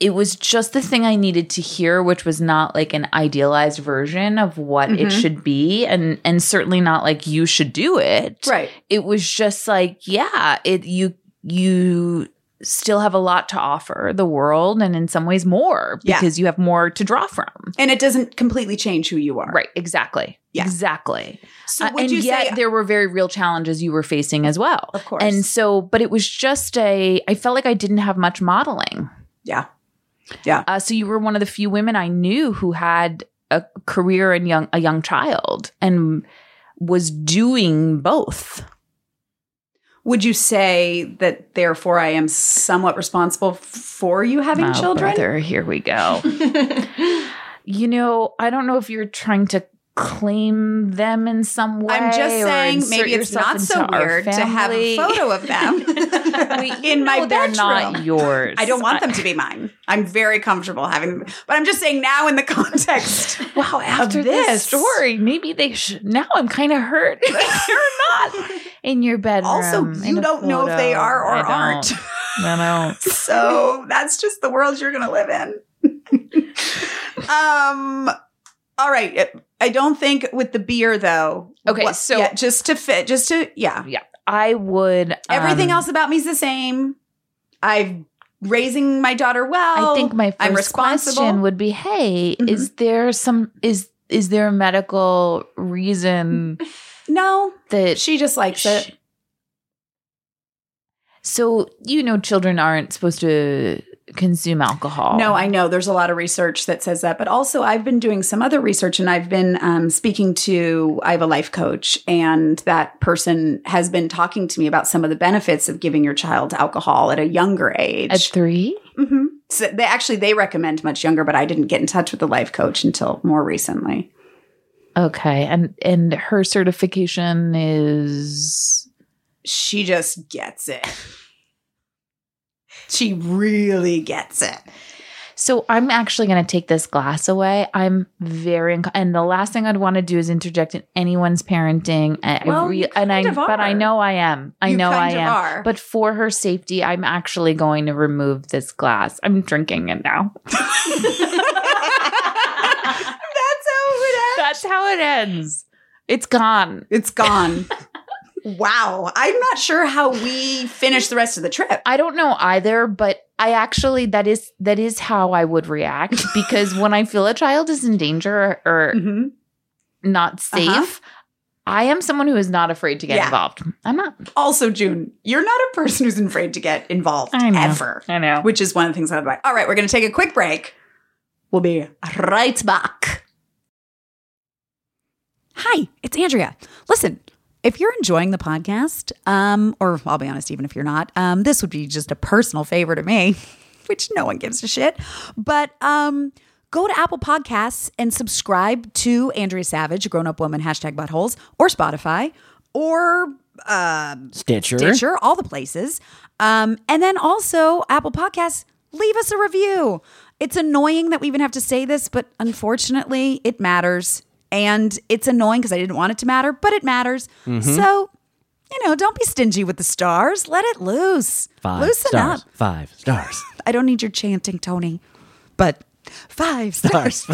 S1: it was just the thing I needed to hear, which was not like an idealized version of what it
S3: Mhm.
S1: should be and and certainly not like you should do it
S3: Right.
S1: it was just like yeah it you you still have a lot to offer the world and in some ways more
S3: Yeah.
S1: because you have more to draw from
S3: And it doesn't completely change who you are.
S1: right exactly
S3: Yeah.
S1: exactly
S3: So
S1: Uh,
S3: would
S1: and
S3: you
S1: yet
S3: say
S1: there were very real challenges you were facing as well
S3: Of course.
S1: and so but it was just a i felt like i didn't have much modeling
S3: Yeah. Yeah.
S1: uh, so you were one of the few women i knew who had a career and young a young child and was doing both
S3: would you say that therefore I am somewhat responsible f- for you having
S1: Oh,
S3: children?
S1: brother, here we go. you know, I don't know if you're trying to claim them in some way.
S3: I'm just
S1: or
S3: saying, maybe
S1: insert
S3: it's
S1: yourself
S3: not so
S1: into our
S3: weird to have
S1: family.
S3: a photo of them
S1: We- you
S3: in my
S1: know they're
S3: bedroom.
S1: not yours.
S3: I don't want them to be mine. I'm very comfortable having them, but I'm just saying now in the context.
S1: Wow, after this.
S3: this.
S1: story, maybe they should. Now I'm kind of hurt. They're not in your bedroom.
S3: Also,
S1: in
S3: you
S1: a
S3: don't know if they
S1: photo.
S3: are or
S1: I don't.
S3: aren't.
S1: I don't.
S3: so that's just the world you're going to live in. um, all right. I don't think with the beer though.
S1: Okay, so- Um,
S3: yeah, just to fit, just to yeah.
S1: I would.
S3: Everything
S1: um,
S3: else about me's the same. I'm raising my daughter well.
S1: I think my 1st
S3: I'm responsible.
S1: question would be, "Hey,
S3: Mhm.
S1: is there some is is there a medical reason
S3: no,
S1: that
S3: she just likes it.
S1: So you know, children aren't supposed to consume alcohol.
S3: No, I know there's a lot of research that says that, but also I've been doing some other research and I've been um, speaking to, I have a life coach, and that person has been talking to me about some of the benefits of giving your child alcohol at a younger age.
S1: at three.
S3: hmm So they actually they recommend much younger, but I didn't get in touch with the life coach until more recently.
S1: Okay, and and her certification is
S3: She just gets it. She really gets it.
S1: So I'm actually going to take this glass away. I'm very inc- and the last thing I'd want to do is interject in anyone's parenting. I- I
S3: Well, you
S1: and I
S3: kind of
S1: but I
S3: are.
S1: know I am. I
S3: You
S1: know I
S3: kind of
S1: am.
S3: are.
S1: But for her safety, I'm actually going to remove this glass. I'm drinking it now.
S3: That's how it is.
S1: That's how it ends. It's gone.
S3: It's gone. wow. I'm not sure how we finish the rest of the trip.
S1: I don't know either, but I actually that is that is how I would react because when I feel a child is in danger or, or
S3: Mm-hmm.
S1: not safe,
S3: Uh-huh.
S1: I am someone who is not afraid to get
S3: Yeah.
S1: involved. I'm not.
S3: Also, June, you're not a person who's afraid to get involved
S1: I know.
S3: ever,
S1: I know.
S3: which is one of the things I love about. All right, we're going to take a quick break. We'll be right back. Hi, it's Andrea. Listen, if you're enjoying the podcast, um, or I'll be honest, even if you're not, um, this would be just a personal favor to me, which no one gives a shit. But um, go to Apple Podcasts and subscribe to Andrea Savage, Grown Up Woman, hashtag buttholes, or Spotify, or um,
S4: Stitcher.
S3: Stitcher, all the places. Um, and then also Apple Podcasts, leave us a review. It's annoying that we even have to say this, but unfortunately, it matters. And it's annoying because I didn't want it to matter, but it matters. So, you know, don't be stingy with the stars. Let it loose.
S4: Five
S3: Loosen
S4: stars.
S3: up.
S4: Five stars.
S3: I don't need your chanting, Tony, but five stars.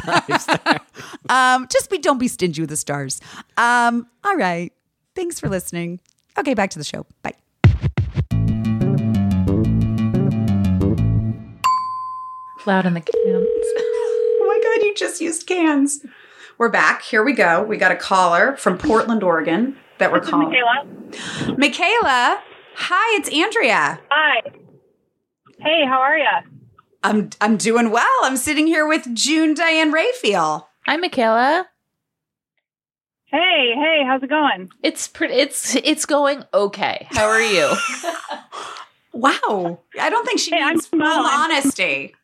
S3: um, just be don't be stingy with the stars. Um, all right. Thanks for listening. Okay, back to the show. Bye.
S1: Loud in the cans.
S3: Oh my God, you just used cans. We're back. Here we go. We got a caller from Portland, Oregon that we're calling.
S5: Michaela.
S3: Michaela, hi, it's Andrea.
S5: Hi. Hey, how are ya?
S3: I'm I'm doing well. I'm sitting here with June Diane Raphael.
S1: Hi, Michaela.
S5: Hey, hey, how's it going?
S1: It's pretty. It's it's going okay. How are you?
S3: Wow. I don't think she
S5: Hey, I'm
S3: needs full
S5: smiling.
S3: honesty.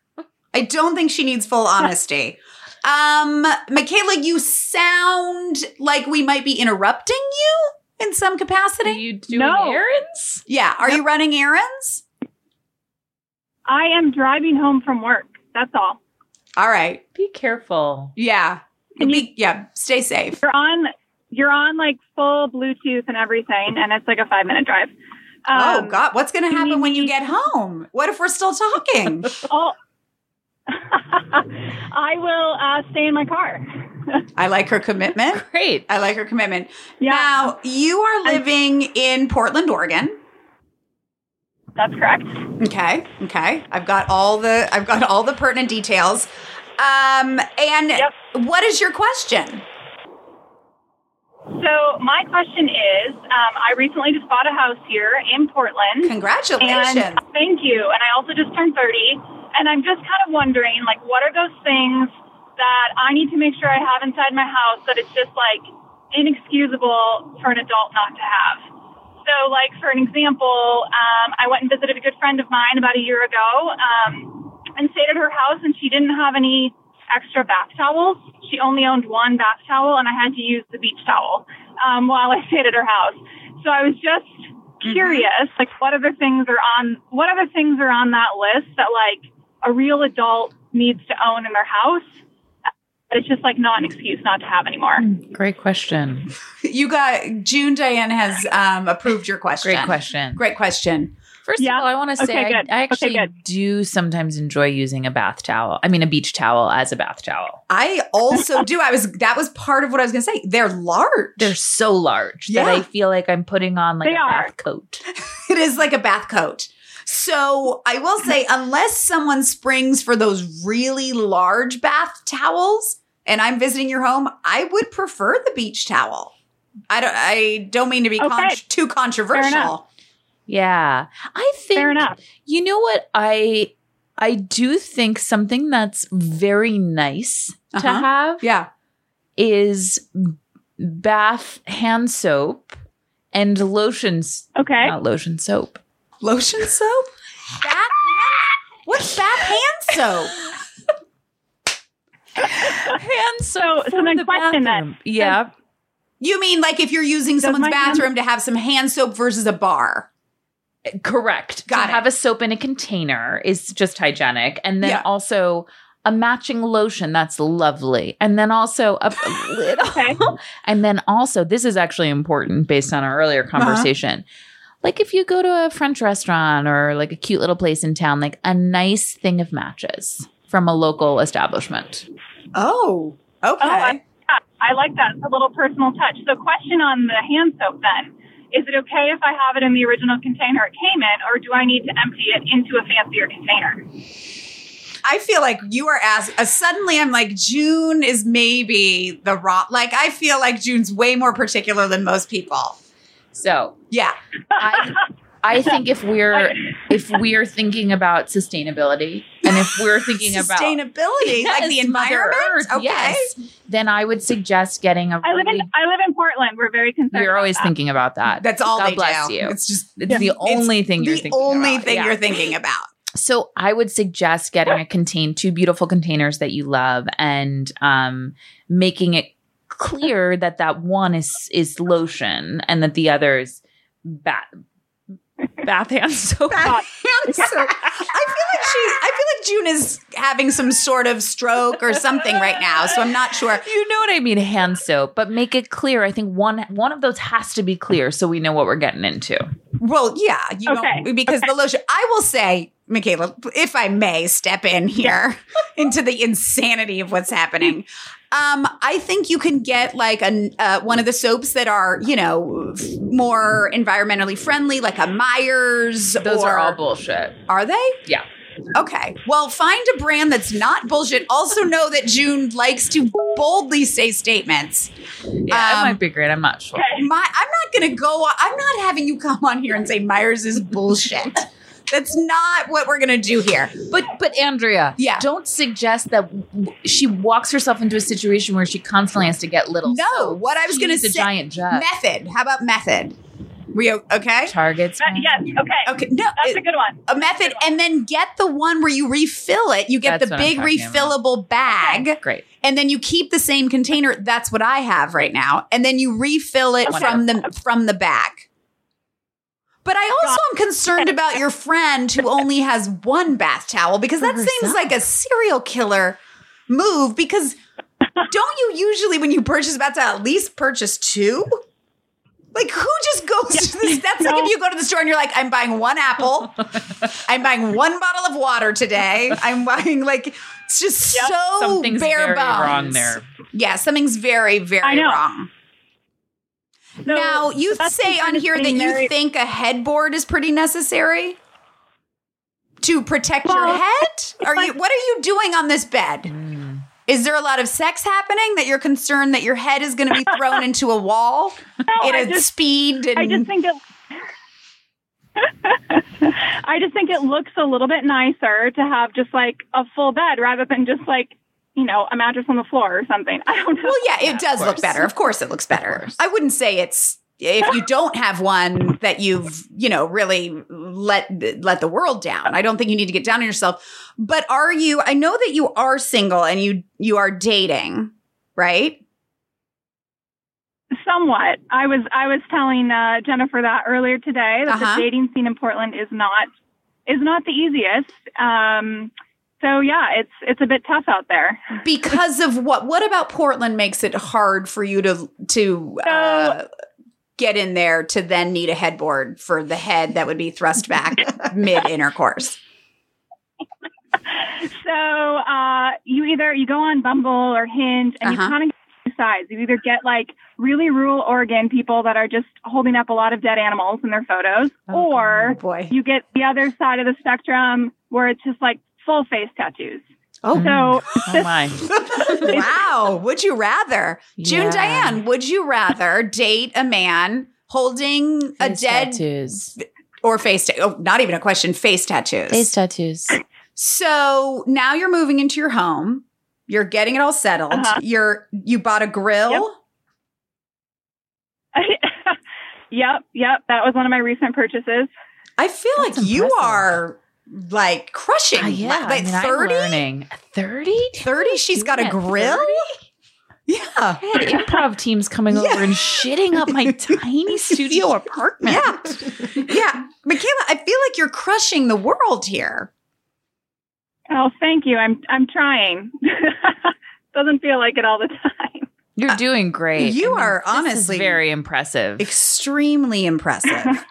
S3: I don't think she needs full honesty. Um, Michaela, you sound like we might be interrupting you. in some
S1: Are
S3: capacity?
S1: you doing
S5: No.
S1: errands?
S3: Yeah. Are you running errands?
S5: I am driving home from work. That's all.
S3: All right.
S1: Be careful.
S3: Yeah.
S5: Can you-
S3: Be- yeah. Stay safe.
S5: You're on. You're on like full Bluetooth and everything, and it's like a five minute drive.
S3: oh
S5: Um,
S3: God, what's going to
S5: do
S3: happen
S5: we
S3: when you
S5: need-
S3: get home? What if we're still talking?
S5: Oh. I will uh, stay in my car.
S3: I like her commitment.
S1: Great.
S3: I like her commitment.
S5: Yeah,
S3: Now you are living in Portland, Oregon.
S5: that's correct.
S3: Okay. Okay. I've got all the I've got all the pertinent details. Um, and
S5: Yep.
S3: what is your question?
S5: So my question is, um, I recently just bought a house here in Portland.
S3: Congratulations.
S5: And thank you. And I also just turned 30. And I'm just kind of wondering, like, what are those things that I need to make sure I have inside my house that it's just like inexcusable for an adult not to have? So, like, for an example, um, I went and visited a good friend of mine about a year ago um, and stayed at her house, and she didn't have any extra bath towels. She only owned one bath towel, and I had to use the beach towel um, while I stayed at her house. So I was just
S1: Mm-hmm.
S5: curious, like what other things are on what other things are on that list that like a real adult needs to own in their house. But it's just like not an excuse not to have anymore.
S1: Great question.
S3: You got June Diane has um, approved your question.
S1: Great question.
S3: Great question.
S1: First
S5: Yeah.
S1: of all, I want to say
S5: Okay,
S1: I,
S5: good.
S1: I
S5: Okay,
S1: actually
S5: good.
S1: do sometimes enjoy using a bath towel. I mean, a beach towel as a bath towel.
S3: I also do. I was that was part of what I was going to say. They're large.
S1: They're so large that
S3: Yeah.
S1: I feel like I'm putting on like
S5: They
S1: a
S5: are.
S1: bath coat.
S3: it is like a bath coat. So I will say, unless someone springs for those really large bath towels, and I'm visiting your home, I would prefer the beach towel. I don't. I don't mean to be con-
S5: Okay.
S3: too controversial.
S5: enough.
S1: Yeah. I think
S5: Fair enough.
S1: You know what I I do think something that's very nice to
S3: Uh-huh.
S1: have
S3: Yeah.
S1: is bath hand soap and lotion s-
S5: Okay.
S1: not lotion soap.
S3: Lotion soap. bath. hand- What's bath hand soap?
S1: Hand soap.
S5: so then question then.
S1: bathroom. Yeah.
S3: You mean like if you're using someone's
S5: my hand-
S3: bathroom to have some hand soap versus a bar?
S1: Correct.
S3: Got
S1: to
S3: it.
S1: have a soap in a container is just hygienic. And then
S3: Yeah.
S1: also a matching lotion, that's lovely. And then also a little
S5: Okay.
S1: and then also this is actually important based on our earlier conversation. Like if you go to a French restaurant or like a cute little place in town, like a nice thing of matches from a local establishment.
S3: Oh, okay.
S5: Oh, I- Yeah, I like that. It's a little personal touch. So, question on the hand soap then. Is it okay if I have it in the original container it came in, or do I need to empty it into a fancier container?
S3: I feel like you are asked. Uh, suddenly, I'm like June is maybe the raw. Like I feel like June's way more particular than most people.
S1: So
S3: Yeah,
S1: I I think if we're if we're thinking about sustainability and if we're thinking about
S3: sustainability, like the
S1: Yes, Mother
S3: environment.
S1: Earth,
S3: okay,
S1: yes. Then I would suggest getting a
S5: I live
S1: really.
S5: in I live in Portland. We're very concerned.
S1: you're
S5: about
S1: always
S5: that.
S1: thinking about that.
S3: that's all.
S1: God
S3: they
S1: bless
S3: do.
S1: you. It's,
S3: It's just
S1: the only thing you're
S3: the
S1: thinking.
S3: only
S1: about.
S3: thing
S1: Yeah.
S3: you're thinking about.
S1: So I would suggest getting a contain two beautiful containers that you love and um, making it clear that that one is is lotion and that the other is bath bath hand soap.
S3: Bath hand soap. I feel like she. I feel like June is having some sort of stroke or something right now. So I'm not sure.
S1: You know what I mean, hand soap, but make it clear. I think one one of those has to be clear so we know what we're getting into.
S3: Well, yeah, you
S5: Okay,
S3: don't because the lotion. I will say, Michaela, if I may step in here into the insanity of what's happening. Um, I think you can get like an uh, one of the soaps that are you know f- more environmentally friendly, like a Myers.
S1: Those
S3: or,
S1: are all bullshit.
S3: Are they?
S1: Yeah.
S3: Okay. Well, find a brand that's not bullshit. Also, know that June likes to boldly say statements.
S1: Yeah,
S3: Um,
S1: it might be great. I'm not sure.
S3: My, I'm not going to go. I'm not having you come on here and say Myers is bullshit. That's not what we're going to do here.
S1: But but Andrea,
S3: Yeah.
S1: don't suggest that w- she walks herself into a situation where she constantly has to get little.
S3: No,
S1: soap.
S3: what I was
S1: She
S3: gonna
S1: needs a
S3: say-
S1: giant jug.
S3: Method. How about method? We o- okay?
S1: Targets.
S5: That-
S1: man.
S5: yes. Okay.
S3: Okay. No,
S5: That's
S3: it-
S5: a good one.
S3: a method, and then get the one where you refill it. You get
S1: That's
S3: the
S1: what I'm
S3: big
S1: talking about.
S3: refillable bag,
S1: Great.
S3: and then you keep the same container. That's what I have right now, and then you refill it from the from the back. But I also am concerned about your friend who only has one bath towel because that seems like a serial killer move. Because don't you usually, when you purchase a bath towel, at least purchase two? Like who just goes to this? That's like if you go to the store and you're like, I'm buying one apple, I'm buying one bottle of water today. I'm buying like it's just so
S1: Something's
S3: Oh, bare
S1: very
S3: bones.
S1: wrong there.
S3: Yeah, something's very very
S5: I know.
S3: wrong.
S5: So
S3: now you
S5: that's
S3: say
S5: the
S3: on
S5: kind of
S3: here that
S5: thing
S3: you
S5: Mary-
S3: think a headboard is pretty necessary to protect your
S5: Well,
S3: head. Are you? What are you doing on this bed?
S1: Mm.
S3: Is there a lot of sex happening that you're concerned that your head is going to be thrown into a wall
S5: No,
S3: at
S5: I
S3: a
S5: just-
S3: speed? And
S5: I just think it. I just think it looks a little bit nicer to have just like a full bed rather than just like you know a mattress on the floor or something. I don't know.
S3: Well, yeah, it does look better. Of course, it looks better. I wouldn't say it's if you don't have one that you've you know really let let the world down. I don't think you need to get down on yourself. But are you? I know that you are single and you you are dating, right?
S5: Somewhat. I was I was telling uh, Jennifer that earlier today that
S3: Uh-huh.
S5: the dating scene in Portland is not is not the easiest. Um, so yeah, it's it's a bit tough out there.
S3: Because of what? What about Portland makes it hard for you to to uh, get in there to then need a headboard for the head that would be thrust back mid intercourse?
S5: So uh, you either you go on Bumble or Hinge, and
S3: Uh-huh.
S5: you kind of get two sides. You either get like really rural Oregon people that are just holding up a lot of dead animals in their photos,
S3: Oh,
S5: or
S3: boy.
S5: you get the other side of the spectrum where it's just like full face tattoos.
S3: Oh.
S5: so
S1: Oh my.
S3: wow. Would you rather, June
S1: Yeah.
S3: Diane, would you rather date a man holding a
S1: Face
S3: dead
S1: tattoos.
S3: or face, ta- oh, not even a question, face tattoos?
S1: Face tattoos.
S3: so now you're moving into your home. You're getting it all settled.
S5: Uh-huh.
S3: You're you bought a grill.
S5: Yep. yep, yep, that was one of my recent purchases.
S3: I feel
S1: That's
S3: like you
S1: impressive.
S3: are like crushing.
S1: Ah, yeah.
S3: like
S1: I mean, I'm
S3: 30?
S1: learning. 30?
S3: 30 she's got a
S1: Yeah,
S3: grill?
S1: 30?
S3: Yeah.
S1: I had improv teams coming
S3: Yeah.
S1: over and shitting up my tiny studio apartment.
S3: Yeah. yeah. Michaela, I feel like you're crushing the world here.
S5: Oh, thank you. I'm I'm trying. Doesn't feel like it all the time.
S1: You're doing great.
S3: you
S1: I mean,
S3: are
S1: this is
S3: honestly
S1: very impressive.
S3: extremely impressive.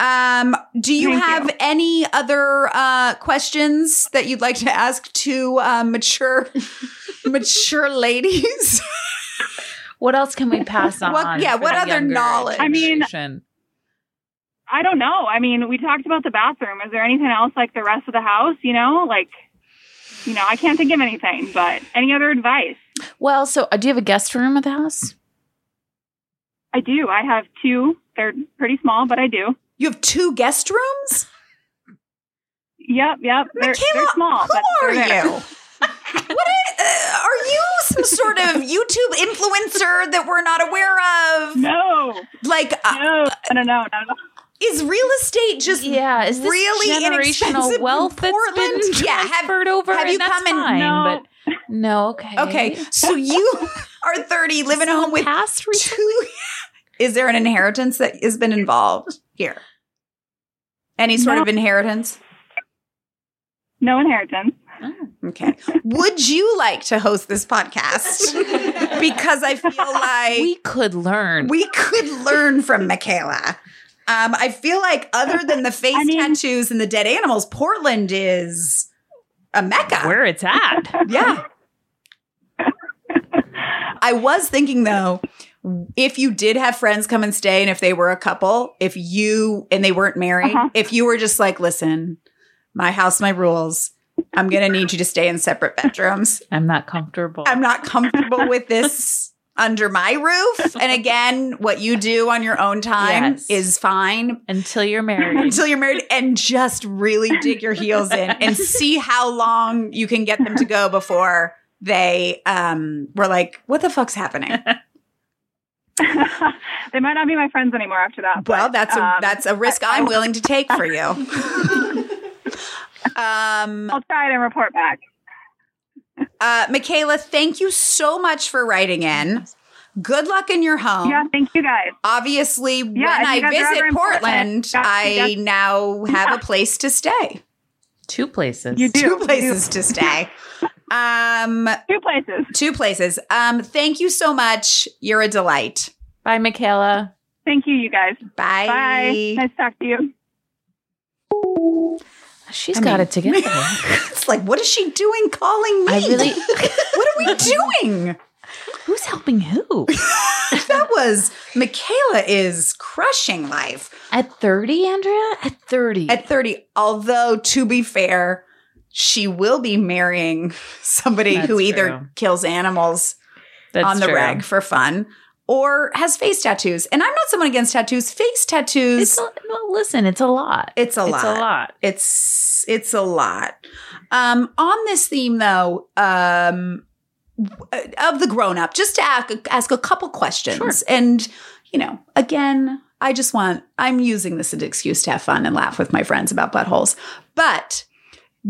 S3: um, do you
S5: Thank
S3: have
S5: you.
S3: any other uh, questions that you'd like to ask to uh, mature mature ladies?
S1: what else can we pass on?
S3: What- yeah,
S1: for
S3: what
S1: the
S3: other
S1: younger
S3: knowledge?
S5: I mean-
S1: generation?
S5: I don't know. I mean, we talked about the bathroom. Is there anything else like the rest of the house? You know, like, you know, I can't think of anything, but any other advice?
S1: well, so uh, do you have a guest room at the house?
S5: I do. I have two. They're pretty small, but I do.
S3: you have two guest rooms?
S5: Yep, yep. They're, they're
S3: Michaela,
S5: small.
S3: Who
S5: but
S3: are
S5: they're there.
S3: you? what i- uh, are you some sort of YouTube influencer that we're not aware of?
S5: No,
S3: Like, uh,
S5: no, no, no, no. no.
S3: is real estate just
S1: yeah, is this
S3: really
S1: generational
S3: inexpensive
S1: wealth
S3: in
S1: that's
S3: Portland?
S1: been
S3: yeah, have,
S1: transferred over?
S3: have
S1: and
S3: you
S1: that's
S3: come and-
S1: fine,
S5: No.
S1: But no, okay,
S3: Okay, so you are 30, live in a home with
S1: past
S3: two. Is there an inheritance that has been involved here? Any sort
S5: No.
S3: of inheritance?
S5: No inheritance.
S3: Okay. Would you like to host this podcast? because I feel like
S1: we
S3: we,
S1: could learn.
S3: could learn from Michaela. Um, I feel like other than the face
S5: I mean-
S3: tattoos and the dead animals, Portland is a mecca.
S1: where it's at.
S3: Yeah. I was thinking though, if you did have friends come and stay and if they were a couple, if you and they weren't married,
S5: Uh-huh.
S3: if you were just like, listen, my house, my rules, I'm going to need you to stay in separate bedrooms.
S1: I'm not comfortable.
S3: I'm not comfortable with this under my roof. And again, what you do on your own time
S1: Yes.
S3: is fine,
S1: until you're married.
S3: until you're married and just really dig your heels in and see how long you can get them to go before they um were like what the fuck's happening
S5: they might not be my friends anymore after that.
S3: well
S5: but,
S3: that's a
S5: um,
S3: that's a risk i'm willing to take for you um
S5: I'll try it and report back.
S3: Uh, Michaela, thank you so much for writing in. Good luck in your home.
S5: Yeah, thank you guys.
S3: Obviously, when
S5: if you
S3: I
S5: guys are
S3: visit
S5: ever in
S3: Portland,
S5: Portland, yeah,
S3: I
S5: yeah.
S3: now have a place to stay.
S1: Two places.
S5: You do
S3: Two places to stay. Um,
S5: two places.
S3: two places. Um, thank you so much. You're a delight.
S1: Bye, Michaela.
S5: Thank you, you guys.
S3: Bye.
S5: Bye. Nice to talk to you.
S1: She's got it together. I
S3: It's like, what is she doing calling me?
S1: really.
S3: what are we doing?
S1: Who's helping who?
S3: That was Michaela is crushing life.
S1: At 30, Andrea? At 30.
S3: at 30 although to be fair she will be marrying somebody
S1: That's
S3: who either
S1: true.
S3: kills animals
S1: That's
S3: on the
S1: true.
S3: rag for fun or has face tattoos and i'm not someone against tattoos face tattoos
S1: It's
S3: it's
S1: a,
S3: a,
S1: no, listen, it's a lot.
S3: lot
S1: It's a lot.
S3: it's it's a lot um on this theme though um w- of the grown up just to ask, ask a couple questions
S1: Sure.
S3: and you know again i just want i'm using this as an excuse to have fun and laugh with my friends about buttholes but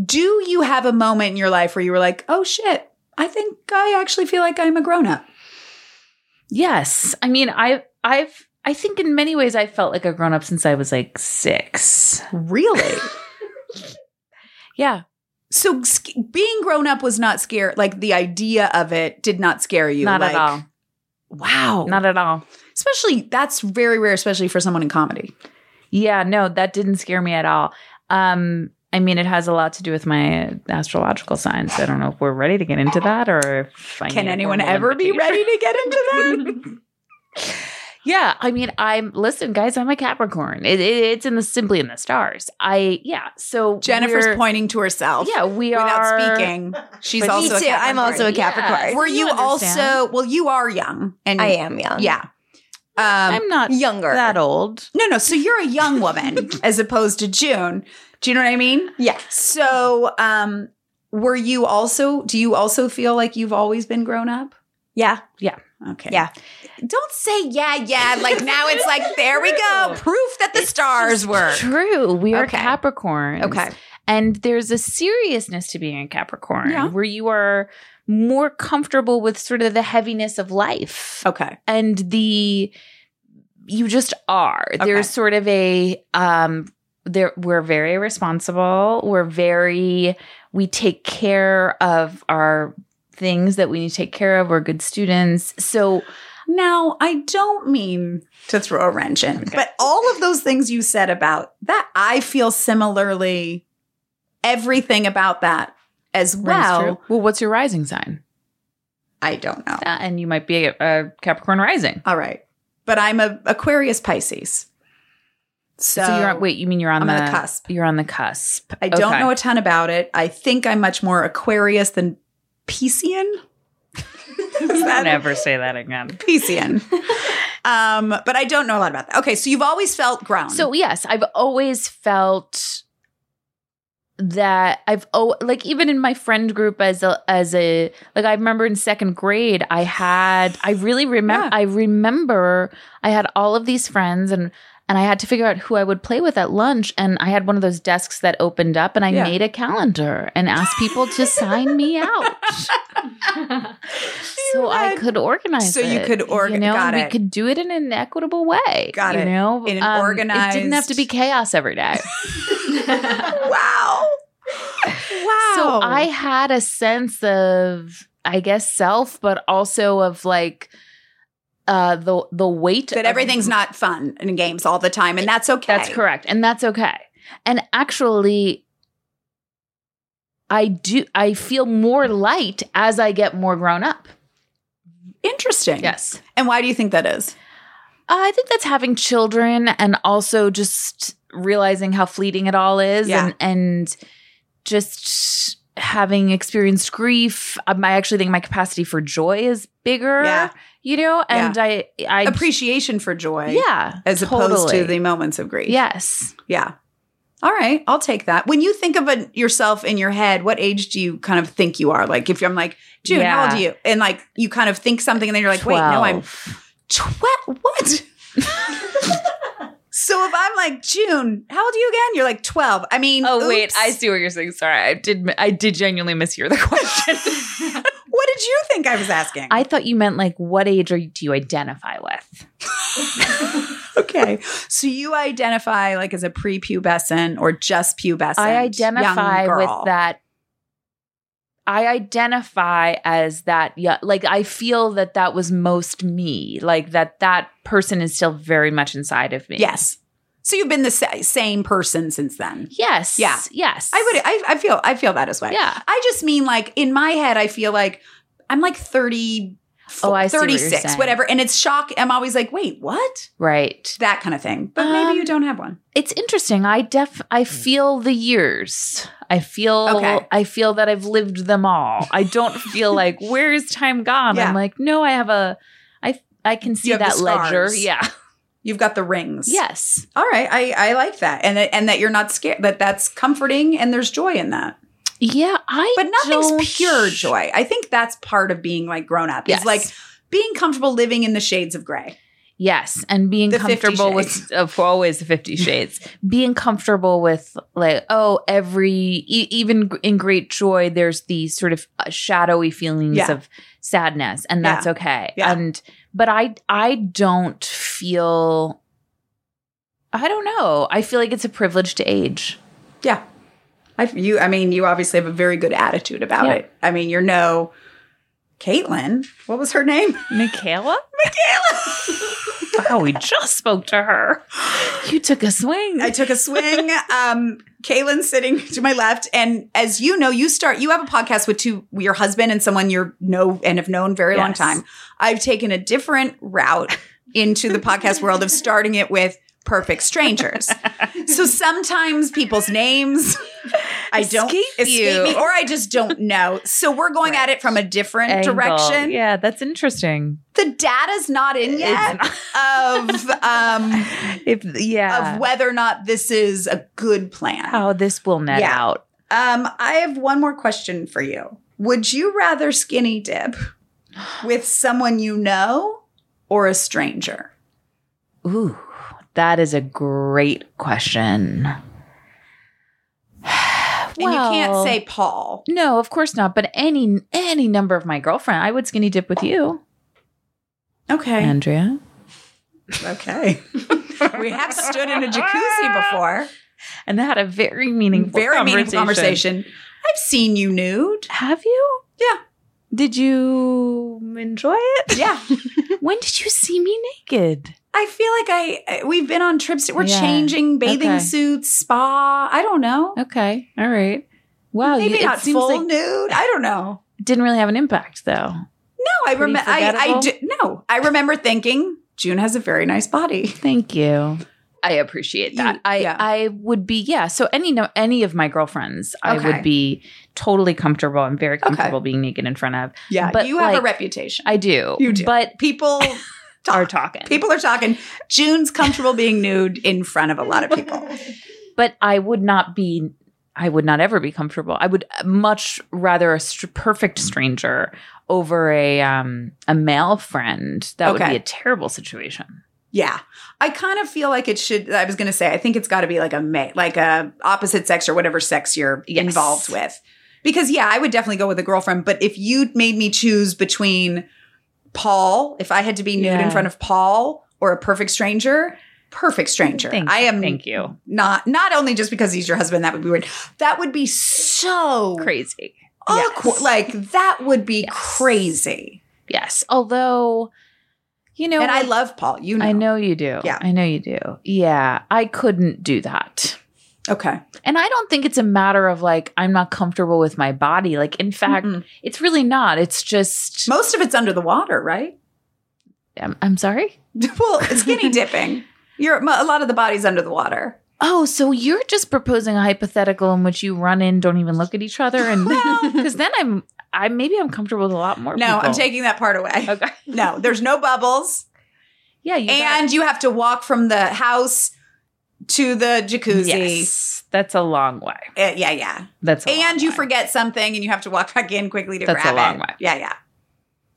S3: do you have a moment in your life where you were like oh shit i think i actually feel like i'm a grown up
S1: Yes. I mean, I I've I think in many ways I felt like a grown up since I was like 6.
S3: really
S1: Yeah.
S3: so sc- being grown up was not scare like the idea of it did not scare you
S1: not
S3: like,
S1: at all.
S3: wow
S1: Not at all.
S3: especially that's very rare especially for someone in comedy
S1: Yeah, no, that didn't scare me at all. Um I mean, it has a lot to do with my astrological signs. I don't know if we're ready to get into that or if I
S3: can
S1: need a
S3: anyone
S1: formal
S3: ever be
S1: invitation.
S3: ready to get into that
S1: Yeah, I mean, I'm listen, guys. I'm a Capricorn. It, it, it's in the simply in the stars. I yeah. So
S3: jennifer's
S1: we're-
S3: pointing to herself
S1: Yeah, we
S3: without
S1: are
S3: speaking she's
S6: Me
S3: also a
S6: too. I'm
S3: Capricorn.
S6: also a
S1: Yeah.
S6: Capricorn.
S1: We're-
S3: were you,
S1: You understand.
S3: also well you are young and
S6: I am young.
S3: yeah um
S1: I'm not
S6: Younger.
S1: that old.
S3: no no so you're a young woman as opposed to june do you know what i mean
S6: Yes.
S3: so um were you also do you also feel like you've always been grown up
S6: Yeah.
S3: okay
S6: Yeah.
S3: don't say yeah yeah like now it's like there we go proof that the stars were
S1: True, we are
S3: Okay.
S1: Capricorn.
S3: okay
S1: And there's a seriousness to being a Capricorn
S3: Yeah.
S1: where you are more comfortable with sort of the heaviness of life
S3: okay
S1: and the you just are. There's sort of a um there we're very responsible. We're very we take care of our things that we need to take care of. We're good students. So
S3: Now, I don't mean to throw a wrench in, but all of those things you said about that, I feel similarly everything about that as well.
S1: well, what's your rising sign?
S3: I don't know.
S1: Uh, and you might be a, a Capricorn rising.
S3: All right. But I'm a Aquarius Pisces. So,
S1: So, you're on, wait, you mean you're on
S3: I'm
S1: the,
S3: on the cusp.
S1: You're on the cusp.
S3: I don't
S1: Okay.
S3: know a ton about it. I think I'm much more Aquarius than Piscean. Is that-
S1: Never say that again.
S3: Piscean. um, but I don't know a lot about that. Okay, so you've always felt grown.
S1: So yes, I've always felt that I've oh like even in my friend group as a as a like I remember in second grade I had I really remember
S3: Yeah.
S1: I remember I had all of these friends and and I had to figure out who I would play with at lunch and I had one of those desks that opened up and I
S3: Yeah.
S1: made a calendar and asked people to sign me out. so I
S3: had-
S1: could organize
S3: So you
S1: it,
S3: could org-
S1: you know,
S3: got
S1: and
S3: it.
S1: we could do it in an equitable way.
S3: Got
S1: you
S3: it.
S1: know?
S3: In an
S1: Um, It didn't have to
S3: organized-
S1: be chaos every day.
S3: wow. Wow.
S1: So I had a sense of, I guess, self, but also of like uh, the the weight
S3: that
S1: of-
S3: everything's not fun in games all the time, and that's okay.
S1: That's correct, and that's okay. And actually, I do. I feel more light as I get more grown up.
S3: Interesting.
S1: Yes,
S3: And why do you think that is?
S1: Uh, I think that's having children and also just realizing how fleeting it all is
S3: Yeah.
S1: and and just having experienced grief. Um, I actually think my capacity for joy is bigger.
S3: Yeah.
S1: You know, and I I
S3: Appreciation for joy,
S1: yeah,
S3: as opposed to
S1: totally.
S3: the moments of grief.
S1: yes.
S3: Yeah. All right, I'll take that. When you think of a, yourself in your head, what age do you kind of think you are? Like, if I'm like, June, how old
S1: Yeah.
S3: are you? And like, you kind of think something, and then you're like, wait, no, I'm 12. What? so if I'm like, June, how old are you again? You're like 12. I mean,
S1: Oh wait,
S3: oops.
S1: I see what you're saying. Sorry, I did I did genuinely mishear the question.
S3: did you think I was asking?
S1: I thought you meant like what age are you, do you identify with?
S3: okay.
S7: So you identify like as a prepubescent or just pubescent?
S1: I identify
S7: young
S1: with
S7: girl.
S1: that. I identify as that. Yeah, like I feel that that was most me. Like that that person is still very much inside of me.
S3: Yes. So you've been the sa- same person since then.
S1: Yes.
S3: Yeah.
S1: Yes.
S3: I would. I, I feel. I feel that as well.
S1: Yeah.
S3: I just mean like in my head, I feel like I'm like 30,
S1: Oh, I see what you're
S3: 36,
S1: saying.
S3: whatever. And it's shock. I'm always like, wait, what?
S1: Right.
S3: That kind of thing. But maybe
S1: Um,
S3: you don't have one.
S1: It's interesting. I def I feel the years. I feel
S3: Hmm. Okay.
S1: I feel that I've lived them all. I don't feel like where is time gone?
S3: Yeah.
S1: I'm like, no, I have a I I can see
S3: have the
S1: that ledger.
S3: scars.
S1: Yeah.
S3: You've got the rings.
S1: Yes.
S3: All right. I, I like that. And that, and that you're not scared. That that's comforting and there's joy in that.
S1: Yeah, I.
S3: But nothing's
S1: don't-
S3: pure joy. I think that's part of being like grown up. Is
S1: Yes.
S3: like being comfortable living in the shades of gray.
S1: Yes, and being
S3: The 50
S1: comfortable with
S3: shades.
S1: of always the Fifty Shades. being comfortable with like oh, every e- even gr- in great joy, there's the sort of uh, shadowy feelings
S3: Yeah.
S1: of sadness, and that's okay.
S3: Yeah.
S1: And but I I don't feel. I don't know. I feel like it's a privilege to age.
S3: Yeah. I you I mean you obviously have a very good attitude about
S1: Yeah.
S3: it. I mean you're no Caitlin. What was her name?
S1: Michaela? Michaela! wow, we just spoke to her. You took a swing.
S3: I took a swing. um Caitlin sitting to my left and as you know you start you have a podcast with two your husband and someone you're know and have known very long
S1: Yes.
S3: time. I've taken a different route into the podcast world of starting it with perfect strangers. so sometimes people's names I don't
S1: Escape you.
S3: me, or I just don't know. So we're going at it from a different
S1: angle.
S3: direction.
S1: Yeah, that's interesting.
S3: The data's not in yet of um
S1: If yeah,
S3: of whether or not this is a good plan.
S1: how this will net
S3: Yeah.
S1: out.
S3: Um, I have one more question for you. Would you rather skinny dip with someone you know or a stranger?
S1: Ooh, that is a great question.
S3: And you can't say Paul.
S1: no, of course not. But any any number of my girlfriend, I would skinny dip with you,
S3: Okay.
S1: Andrea.
S3: okay. we have stood in a jacuzzi before.
S1: And that had a very meaningful,
S3: Very meaningful conversation. I've seen you nude.
S1: Have you?
S3: Yeah.
S1: Did you enjoy it?
S3: Yeah.
S1: when did you see me naked?
S3: I feel like I I- we've been on trips. We're
S1: Yeah.
S3: changing bathing
S1: Okay.
S3: suits, spa. I don't know.
S1: Okay, all right. Wow, you,
S3: Maybe
S1: Oh, it
S3: not
S1: seems
S3: full
S1: like
S3: nude. I don't know.
S1: didn't really have an impact though.
S3: No, I
S1: Pretty
S3: remember. I, I
S1: forgettable?
S3: do- no, I remember thinking June has a very nice body.
S1: Thank you. I appreciate that.
S3: You-
S1: I
S3: yeah.
S1: I would be yeah. So any no, any of my girlfriends, I
S3: Okay.
S1: would be totally comfortable. I'm very comfortable being naked in front of.
S3: Yeah,
S1: But,
S3: you have a
S1: like,
S3: reputation.
S1: I do.
S3: You do.
S1: But
S3: people
S1: are
S3: talk.
S1: talking.
S3: People are talking. June's comfortable being nude in front of a lot of people.
S1: But I would not be. I would not ever be comfortable. I would much rather a str- perfect stranger over a um a male friend. That would
S3: Okay.
S1: be a terrible situation.
S3: Yeah, I kind of feel like it should. I was going to say, I think it's got to be like a ma- like a opposite sex or whatever sex you're
S1: Yes.
S3: involved with. Because yeah, I would definitely go with a girlfriend. But if you made me choose between Paul, if I had to be nude in
S1: Yeah.
S3: front of Paul or a perfect stranger, perfect stranger,
S1: Thank
S3: I am
S1: Thank you.
S3: not not only just because he's your husband. That would be weird. That would be so
S1: Crazy.
S3: awkward.
S1: Yes.
S3: Like that would be
S1: Yes.
S3: crazy.
S1: Yes. Although, you know,
S3: And I
S1: like-
S3: love Paul. You know.
S1: I know you do.
S3: Yeah.
S1: I know you do. Yeah. I couldn't do that.
S3: Okay.
S1: And I don't think it's a matter of like, I'm not comfortable with my body. Like, in fact,
S3: Mm-mm.
S1: it's really not. It's just,
S3: Most of it's under the water, right?
S1: I'm, I'm sorry.
S3: well, skinny dipping. You're a lot of the body's under the water.
S1: Oh, so you're just proposing a hypothetical in which you run in, don't even look at each other. And because then I'm, I maybe I'm comfortable with a lot more.
S3: No, I'm
S1: people.
S3: taking that part away.
S1: Okay.
S3: No, there's no bubbles,
S1: Yeah. You
S3: and you have to walk from the house to the
S1: got,
S3: jacuzzi.
S1: yes, that's a long way.
S3: Uh, yeah, yeah.
S1: That's a long
S3: and you
S1: way.
S3: forget something, and you have to walk back in quickly to
S1: That's a
S3: grab
S1: long
S3: it.
S1: way.
S3: Yeah, yeah.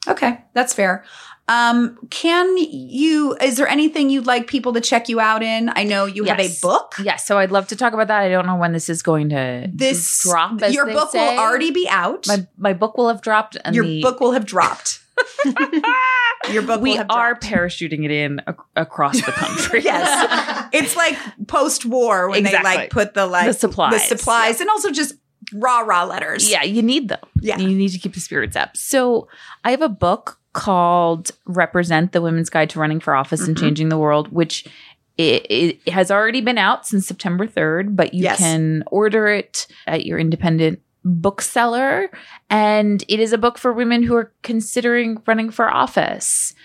S3: Okay, that's fair. Um, can you? Is there anything you'd like people to check you out in? I know you have a
S1: Yes.
S3: book.
S1: Yeah, so I'd love to talk about that. I don't know when this is going to
S3: This
S1: drop. As
S3: your
S1: they
S3: book
S1: say.
S3: will already be out.
S1: my my book will have dropped. And
S3: your
S1: the-
S3: book will have dropped. your book will
S1: we
S3: have
S1: are
S3: dropped.
S1: parachuting it in ac- across the country.
S3: yes. It's like post war when
S1: Exactly.
S3: they like put the like
S1: The supplies.
S3: the supplies, and also just rah rah letters.
S1: Yeah, you need them.
S3: Yeah.
S1: You need to keep the spirits up. So I have a book called Represent the Women's Guide to Running for Office and
S3: Mhm.
S1: Changing the World, which it, it has already been out since September 3rd, but you
S3: Yes.
S1: can order it at your independent bookseller. And it is a book for women who are considering running for office.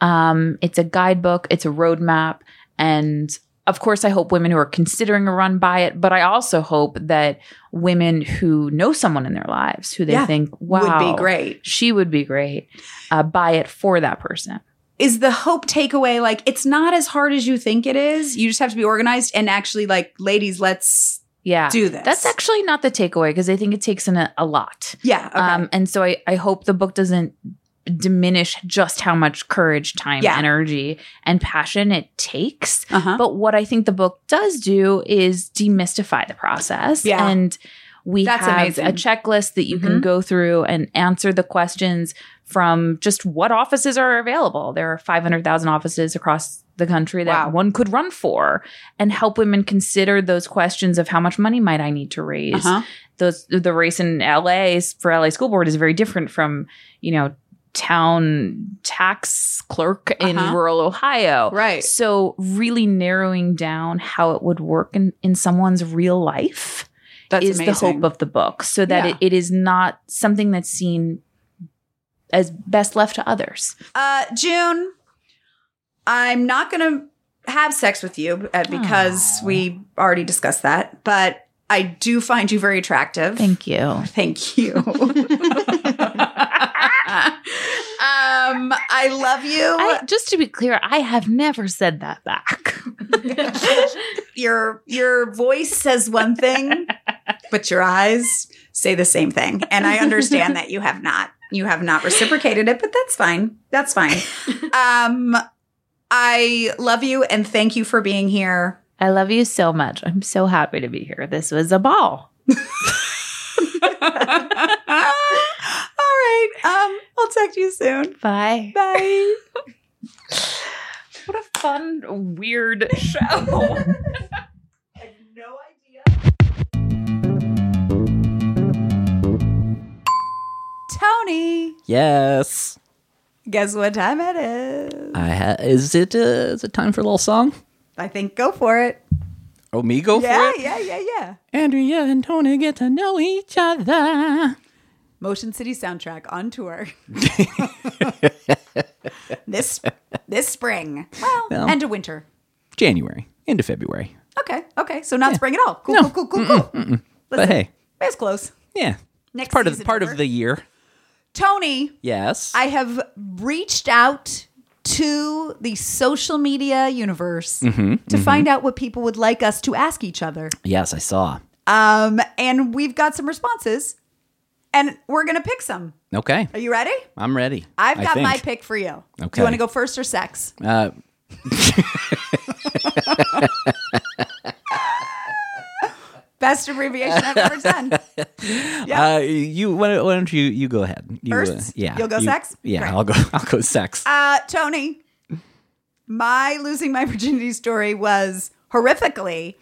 S1: Um, it's a guidebook, it's a roadmap. And of course, I hope women who are considering a run by it, but I also hope that women who know someone in their lives who they
S3: Yeah.
S1: think, wow,
S3: would be great.
S1: She would be great. Uh, buy it for that person.
S3: Is the hope takeaway like it's not as hard as you think it is? You just have to be organized and actually like, ladies, let's
S1: Yeah.
S3: do this.
S1: That's actually not the takeaway because I think it takes in a, a lot.
S3: yeah. Okay.
S1: Um, and so I, I hope the book doesn't diminish just how much courage, time,
S3: Yeah.
S1: energy, and passion it takes.
S3: uh-huh.
S1: But what I think the book does do is demystify the process.
S3: Yeah.
S1: And we
S3: That's
S1: have
S3: amazing. Mm-hmm.
S1: a checklist that you can go through and answer the questions from just what offices are available. There are 500,000 offices across the country that
S3: Wow.
S1: one could run for and help women consider those questions of how much money might I need to raise.
S3: Uh-huh.
S1: Those the race in LA is- for LA school board is very different from, you know, town tax clerk in
S3: Uh-huh.
S1: rural Ohio.
S3: Right.
S1: So really narrowing down how it would work in, in someone's real life
S3: That's
S1: is the hope of the book. So that
S3: Yeah.
S1: it, it is not something that's seen as best left to others.
S3: uh, June. I'm not gonna have sex with you uh, because we already discussed that, but I do find you very attractive.
S1: Thank you.
S3: Thank you. um, I love you.
S1: I, just to be clear, I have never said that back.
S3: your your voice says one thing, but your eyes say the same thing. And I understand that you have not you have not reciprocated it, but that's fine. That's fine. Um, I love you and thank you for being here.
S1: I love you so much. I'm so happy to be here. This was a ball.
S3: All right. Um, I'll talk to you soon.
S1: Bye.
S3: Bye.
S1: What a fun, weird show.
S3: Tony,
S4: Yes.
S3: guess what time it is?
S4: I ha- is it uh, is it time for a little song?
S3: I think go for it.
S4: Oh, me go
S3: Yeah,
S4: for it.
S3: yeah, yeah, yeah.
S4: Andrea and Tony get to know each other.
S3: Motion City soundtrack on tour. this this spring. Well,
S4: Well.
S3: end of winter.
S4: January into February,
S3: Okay, okay. So not spring at all. Cool,
S4: No.
S3: cool, cool, cool, cool.
S4: but hey,
S3: It's close.
S4: yeah,
S3: Next
S4: part of
S3: season
S4: part
S3: over.
S4: of the year.
S3: Tony,
S4: Yes.
S3: I have reached out to the social media universe
S4: Mm-hmm,
S3: to find out what people would like us to ask each other.
S4: yes, I saw.
S3: Um, and we've got some responses, and we're gonna pick some.
S4: Okay,
S3: Are you ready?
S4: I'm ready.
S3: I've
S4: I
S3: got my
S4: think.
S3: pick for you. Do
S4: Okay.
S3: you want to go first or sex?
S4: Uh,
S3: Best abbreviation I've ever done.
S4: uh, you why don't, why don't you you go ahead you, uh,
S3: First?
S4: yeah,
S3: You'll go
S4: you-
S3: sex?
S4: Yeah,
S3: Great.
S4: I'll go. I'll go sex.
S3: Uh, Tony, my losing my virginity story was horrifically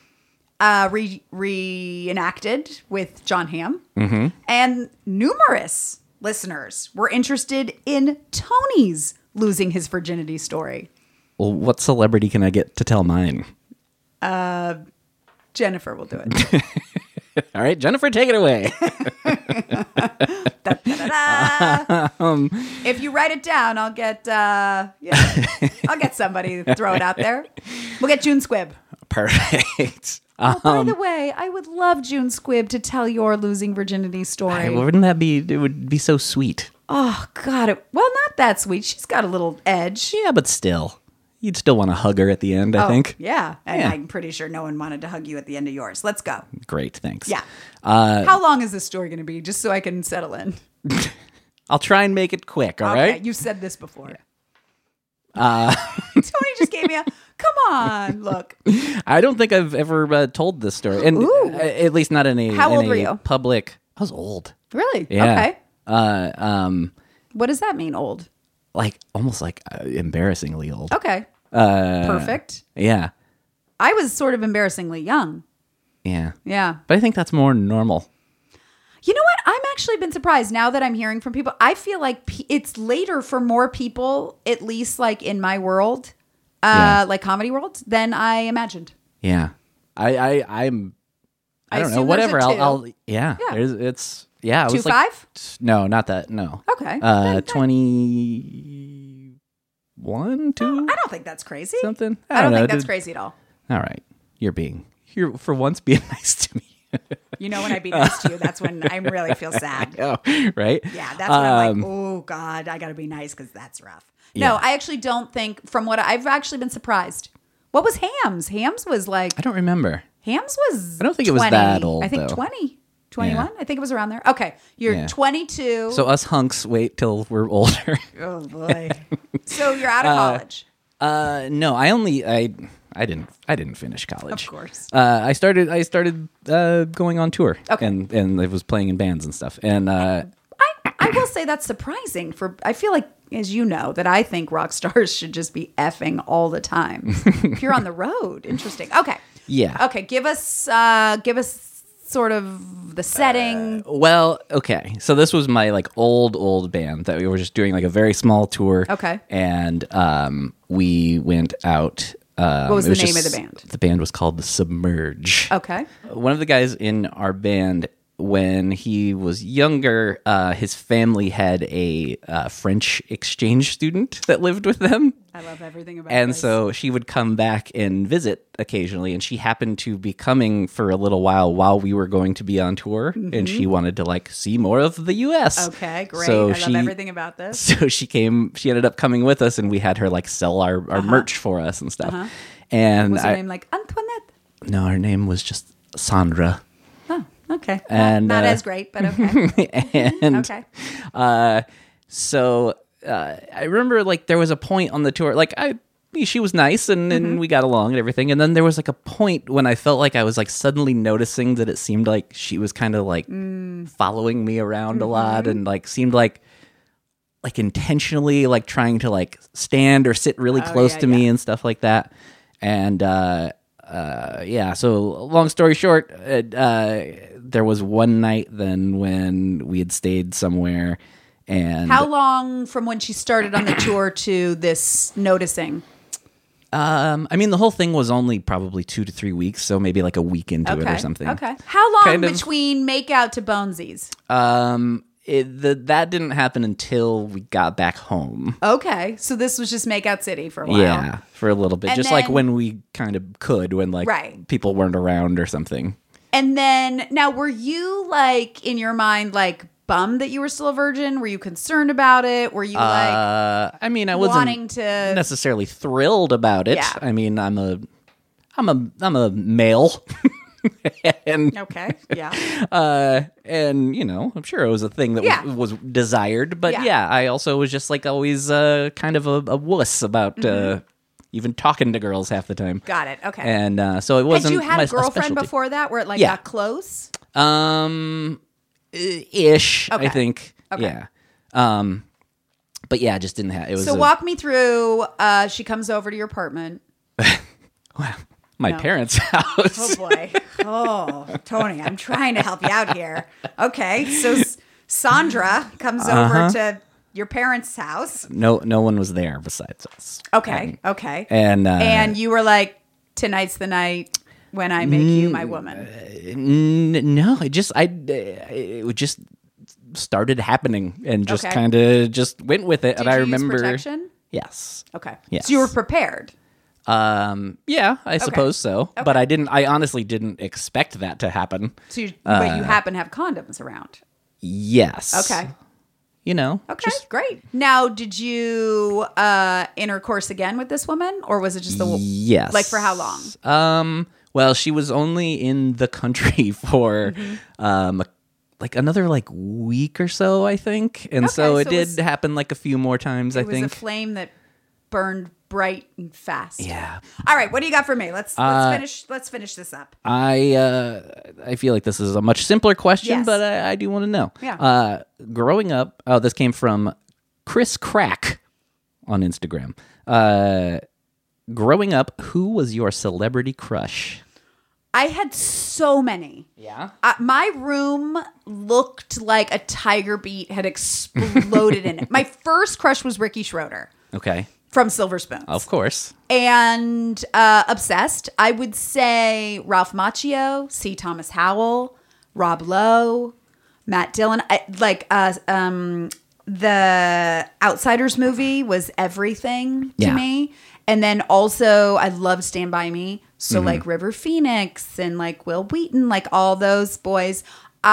S3: uh, re- reenacted with John Hamm,
S4: Mm-hmm.
S3: and numerous listeners were interested in Tony's losing his virginity story.
S4: well, what celebrity can I get to tell mine?
S3: Jennifer will do it.
S4: All right, Jennifer, take it away.
S3: Ta-da! if you write it down, I'll get uh, yeah, I'll get somebody to throw it out there. We'll get June Squibb.
S4: Perfect.
S3: Oh, by
S4: Um,
S3: the way, I would love June Squibb to tell your losing virginity story.
S4: Well, wouldn't that be? It would be so sweet.
S3: Oh God! It, well, not that sweet. She's got a little edge.
S4: Yeah, but still, you'd still want to hug her at the end. I
S3: Oh,
S4: think.
S3: Yeah, and
S4: Yeah.
S3: I'm pretty sure no one wanted to hug you at the end of yours. Let's go.
S4: Great. Thanks. Uh,
S3: Yeah. How long is this story going to be? Just so I can settle in.
S4: I'll try and make it quick. All right.
S3: Okay, you said this before.
S4: Uh,
S3: Tony just gave me a come on look.
S4: I don't think I've ever uh, told this story, and uh, at least not in a
S3: How
S4: in
S3: old
S4: a
S3: were you?
S4: Public. I was old.
S3: Really?
S4: Yeah.
S3: Okay.
S4: Uh, um,
S3: What does that mean? Old.
S4: like almost like uh, embarrassingly old. Uh,
S3: Okay. Perfect.
S4: Yeah,
S3: I was sort of embarrassingly young.
S4: yeah.
S3: Yeah.
S4: But I think that's more normal.
S3: You know what? I'm actually been surprised now that I'm hearing from people. I feel like pe- it's later for more people, at least like in my world, uh,
S4: Yeah.
S3: like comedy world, than I imagined.
S4: Yeah. I, I I'm. I
S3: I
S4: don't know.
S3: assume there's a
S4: Whatever. I'll,
S3: two.
S4: I'll. Yeah.
S3: Yeah.
S4: There's, it's. Yeah. It
S3: Two
S4: was like-
S3: five?
S4: No, not that. No.
S3: Okay. oh,
S4: Uh, twenty one, two,
S3: I don't think that's crazy.
S4: something.
S3: I don't,
S4: know.
S3: think that's
S4: Did-
S3: crazy at all.
S4: All right. You're being. You're for once being nice to me.
S3: You know, when I be nice to you, that's when I really feel sad.
S4: oh, right.
S3: Yeah, that's when I'm
S4: Um,
S3: like, oh God, I got to be nice because that's rough. No,
S4: Yeah.
S3: I actually don't think. From what I've actually been surprised. What was Hams? Hams was like
S4: I don't remember.
S3: Hams was.
S4: I don't think it was
S3: 20.
S4: that old,
S3: I think
S4: though.
S3: 20, 21. I think it was around there. Okay, you're
S4: Yeah.
S3: 22.
S4: So us hunks wait till we're older.
S3: oh boy. so you're out of college,
S4: Uh, no, I only I I didn't I didn't finish college.
S3: of course.
S4: Uh, I started I started uh, going on tour.
S3: Okay.
S4: And and I was playing in bands and stuff. And uh,
S3: I I will say that's surprising. For I feel like, as you know, that I think rock stars should just be effing all the time. if you're on the road, interesting. Okay.
S4: yeah.
S3: Okay, give us uh give us sort of
S4: Uh,
S3: the setting.
S4: Well, okay. So this was my like old old band that we were just doing like a very small tour.
S3: Okay.
S4: And um, we went out. Um,
S3: What was
S4: it
S3: the name of the band?
S4: The band was called the Submerge.
S3: okay.
S4: One of the guys in our band, when he was younger, uh, his family had a uh, French exchange student that lived with them.
S3: I love everything about
S4: And so she would come back and visit occasionally. And she happened to be coming for a little while while we were going to be on tour. And she wanted to like see more of the US.
S3: Mm-hmm. Okay, great.
S4: So
S3: I
S4: she-
S3: love everything about this.
S4: So she came, she ended up coming with us and we had her like sell our, our merch for us and stuff. And
S3: Was Uh-huh. her
S4: I,
S3: name like Antoinette? Oh,
S4: no, her name was just Sandra.
S3: Okay.
S4: And,
S3: not, not
S4: uh,
S3: as great, but okay.
S4: and
S3: okay.
S4: uh, so uh, I remember like there was a point on the tour, like I she was nice and,
S3: Mm-hmm.
S4: and we got along and everything and then there was like a point when i felt like i was like suddenly noticing that it seemed like she was kind of like
S3: Mm.
S4: following me around a
S3: Mm-hmm.
S4: lot and like seemed like like intentionally like trying to like stand or sit really close
S3: Oh, yeah,
S4: to me and stuff like that and uh uh yeah so long story short uh, uh there was one night then when we had stayed somewhere and
S3: How long from when she started on the tour to this noticing?
S4: um i mean the whole thing was only probably two to three weeks so maybe like a week into it
S3: Okay.
S4: or something
S3: Okay. How long
S4: Kind of-
S3: between make out to Bonesies?
S4: um it, the, that didn't happen until we got back home
S3: Okay. So this was just make out city for a while.
S4: Yeah, for a little bit,
S3: And
S4: just like
S3: then-
S4: when we kind of could, when like
S3: Right.
S4: people weren't around or something.
S3: And then now were you like in your mind like bummed that you were still a virgin? Were you concerned about it? Were you like
S4: uh, I mean, I wasn't
S3: wanting to
S4: necessarily thrilled about it.
S3: Yeah.
S4: I mean, I'm a, I'm a, I'm a male, and
S3: Okay. Yeah.
S4: uh, and you know, I'm sure it was a thing that
S3: Yeah.
S4: was, was desired, but yeah.
S3: Yeah.
S4: I also was just like always uh, kind of a, a wuss about uh, even talking to girls half the time.
S3: Mm-hmm. Got it. Okay.
S4: And uh, so it
S3: Had
S4: wasn't.
S3: you had
S4: my-
S3: a girlfriend
S4: specialty.
S3: before that where it like
S4: Yeah.
S3: got close?
S4: Um, i- ish. I
S3: Okay.
S4: think. Yeah. Um, but yeah, I just didn't have. It was uh,
S3: So
S4: a-
S3: walk me through uh she comes over to your apartment.
S4: my parents' house.
S3: Oh boy. oh, Tony, I'm trying to help you out here. Okay. So S- Sandra comes
S4: Uh-huh.
S3: over to your parents' house.
S4: No, no one was there besides us.
S3: Okay. Okay.
S4: And uh,
S3: and you were like, "Tonight's the night when I make you
S4: Mm.
S3: my woman."
S4: n- no, it just I uh, it would just started happening and just
S3: Okay.
S4: kind of just went with it.
S3: Did
S4: and I
S3: you
S4: remember.
S3: use protection?
S4: Yes.
S3: Okay,
S4: Yes.
S3: so you were prepared.
S4: Um. Yeah, I suppose so. But I didn't. I honestly didn't expect that to happen.
S3: So, you, but you happen to have condoms around.
S4: Uh, Yes.
S3: Okay,
S4: You know.
S3: okay, great. Now, did you uh intercourse again with this woman, or was it just the
S4: Yes.
S3: like for how long?
S4: Um. Well, she was only in the country for
S3: Mm-hmm.
S4: um like another like week or so, I think, and so
S3: Okay,
S4: it
S3: so it
S4: did
S3: was-
S4: happen like a few more times. I
S3: It was a
S4: think.
S3: flame that burned bright and fast.
S4: Yeah.
S3: All right, what do you got for me? Let's
S4: Uh,
S3: let's finish let's finish this up.
S4: I uh, I feel like this is a much simpler question,
S3: Yes.
S4: but I, I do want to know.
S3: Yeah.
S4: Uh, growing up, oh, this came from Chris Crack on Instagram. Uh, growing up, who was your celebrity crush?
S3: I had so many.
S4: Yeah.
S3: Uh, my room looked like a tiger beat had exploded in it. My first crush was Ricky Schroeder
S4: Okay.
S3: from Silver Spoons.
S4: Of course.
S3: and uh, obsessed. I would say Ralph Macchio, C. Thomas Howell, Rob Lowe, Matt Dillon. I, like uh, um, the Outsiders movie was everything to
S4: Yeah.
S3: me. And then also, I love Stand By Me. So
S4: Mm-hmm.
S3: like River Phoenix and like Will Wheaton, like all those boys.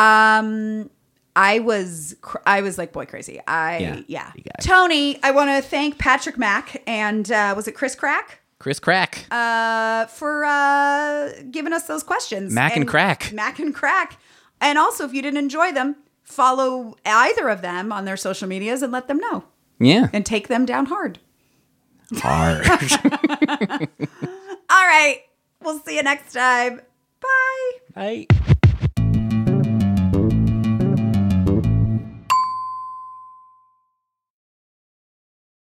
S3: Um, I was cr- I was like boy crazy. I
S4: Yeah,
S3: yeah.
S4: you got it.
S3: Tony, I want to thank Patrick Mack and uh, was it Chris Crack
S4: Chris Crack.
S3: uh, for uh, giving us those questions.
S4: Mack and Crack.
S3: Mac and Crack. And also, if you didn't enjoy them, follow either of them on their social medias and let them know
S4: yeah.
S3: and take them down hard.
S4: Hard.
S3: All right, we'll see you next time. Bye.
S4: I-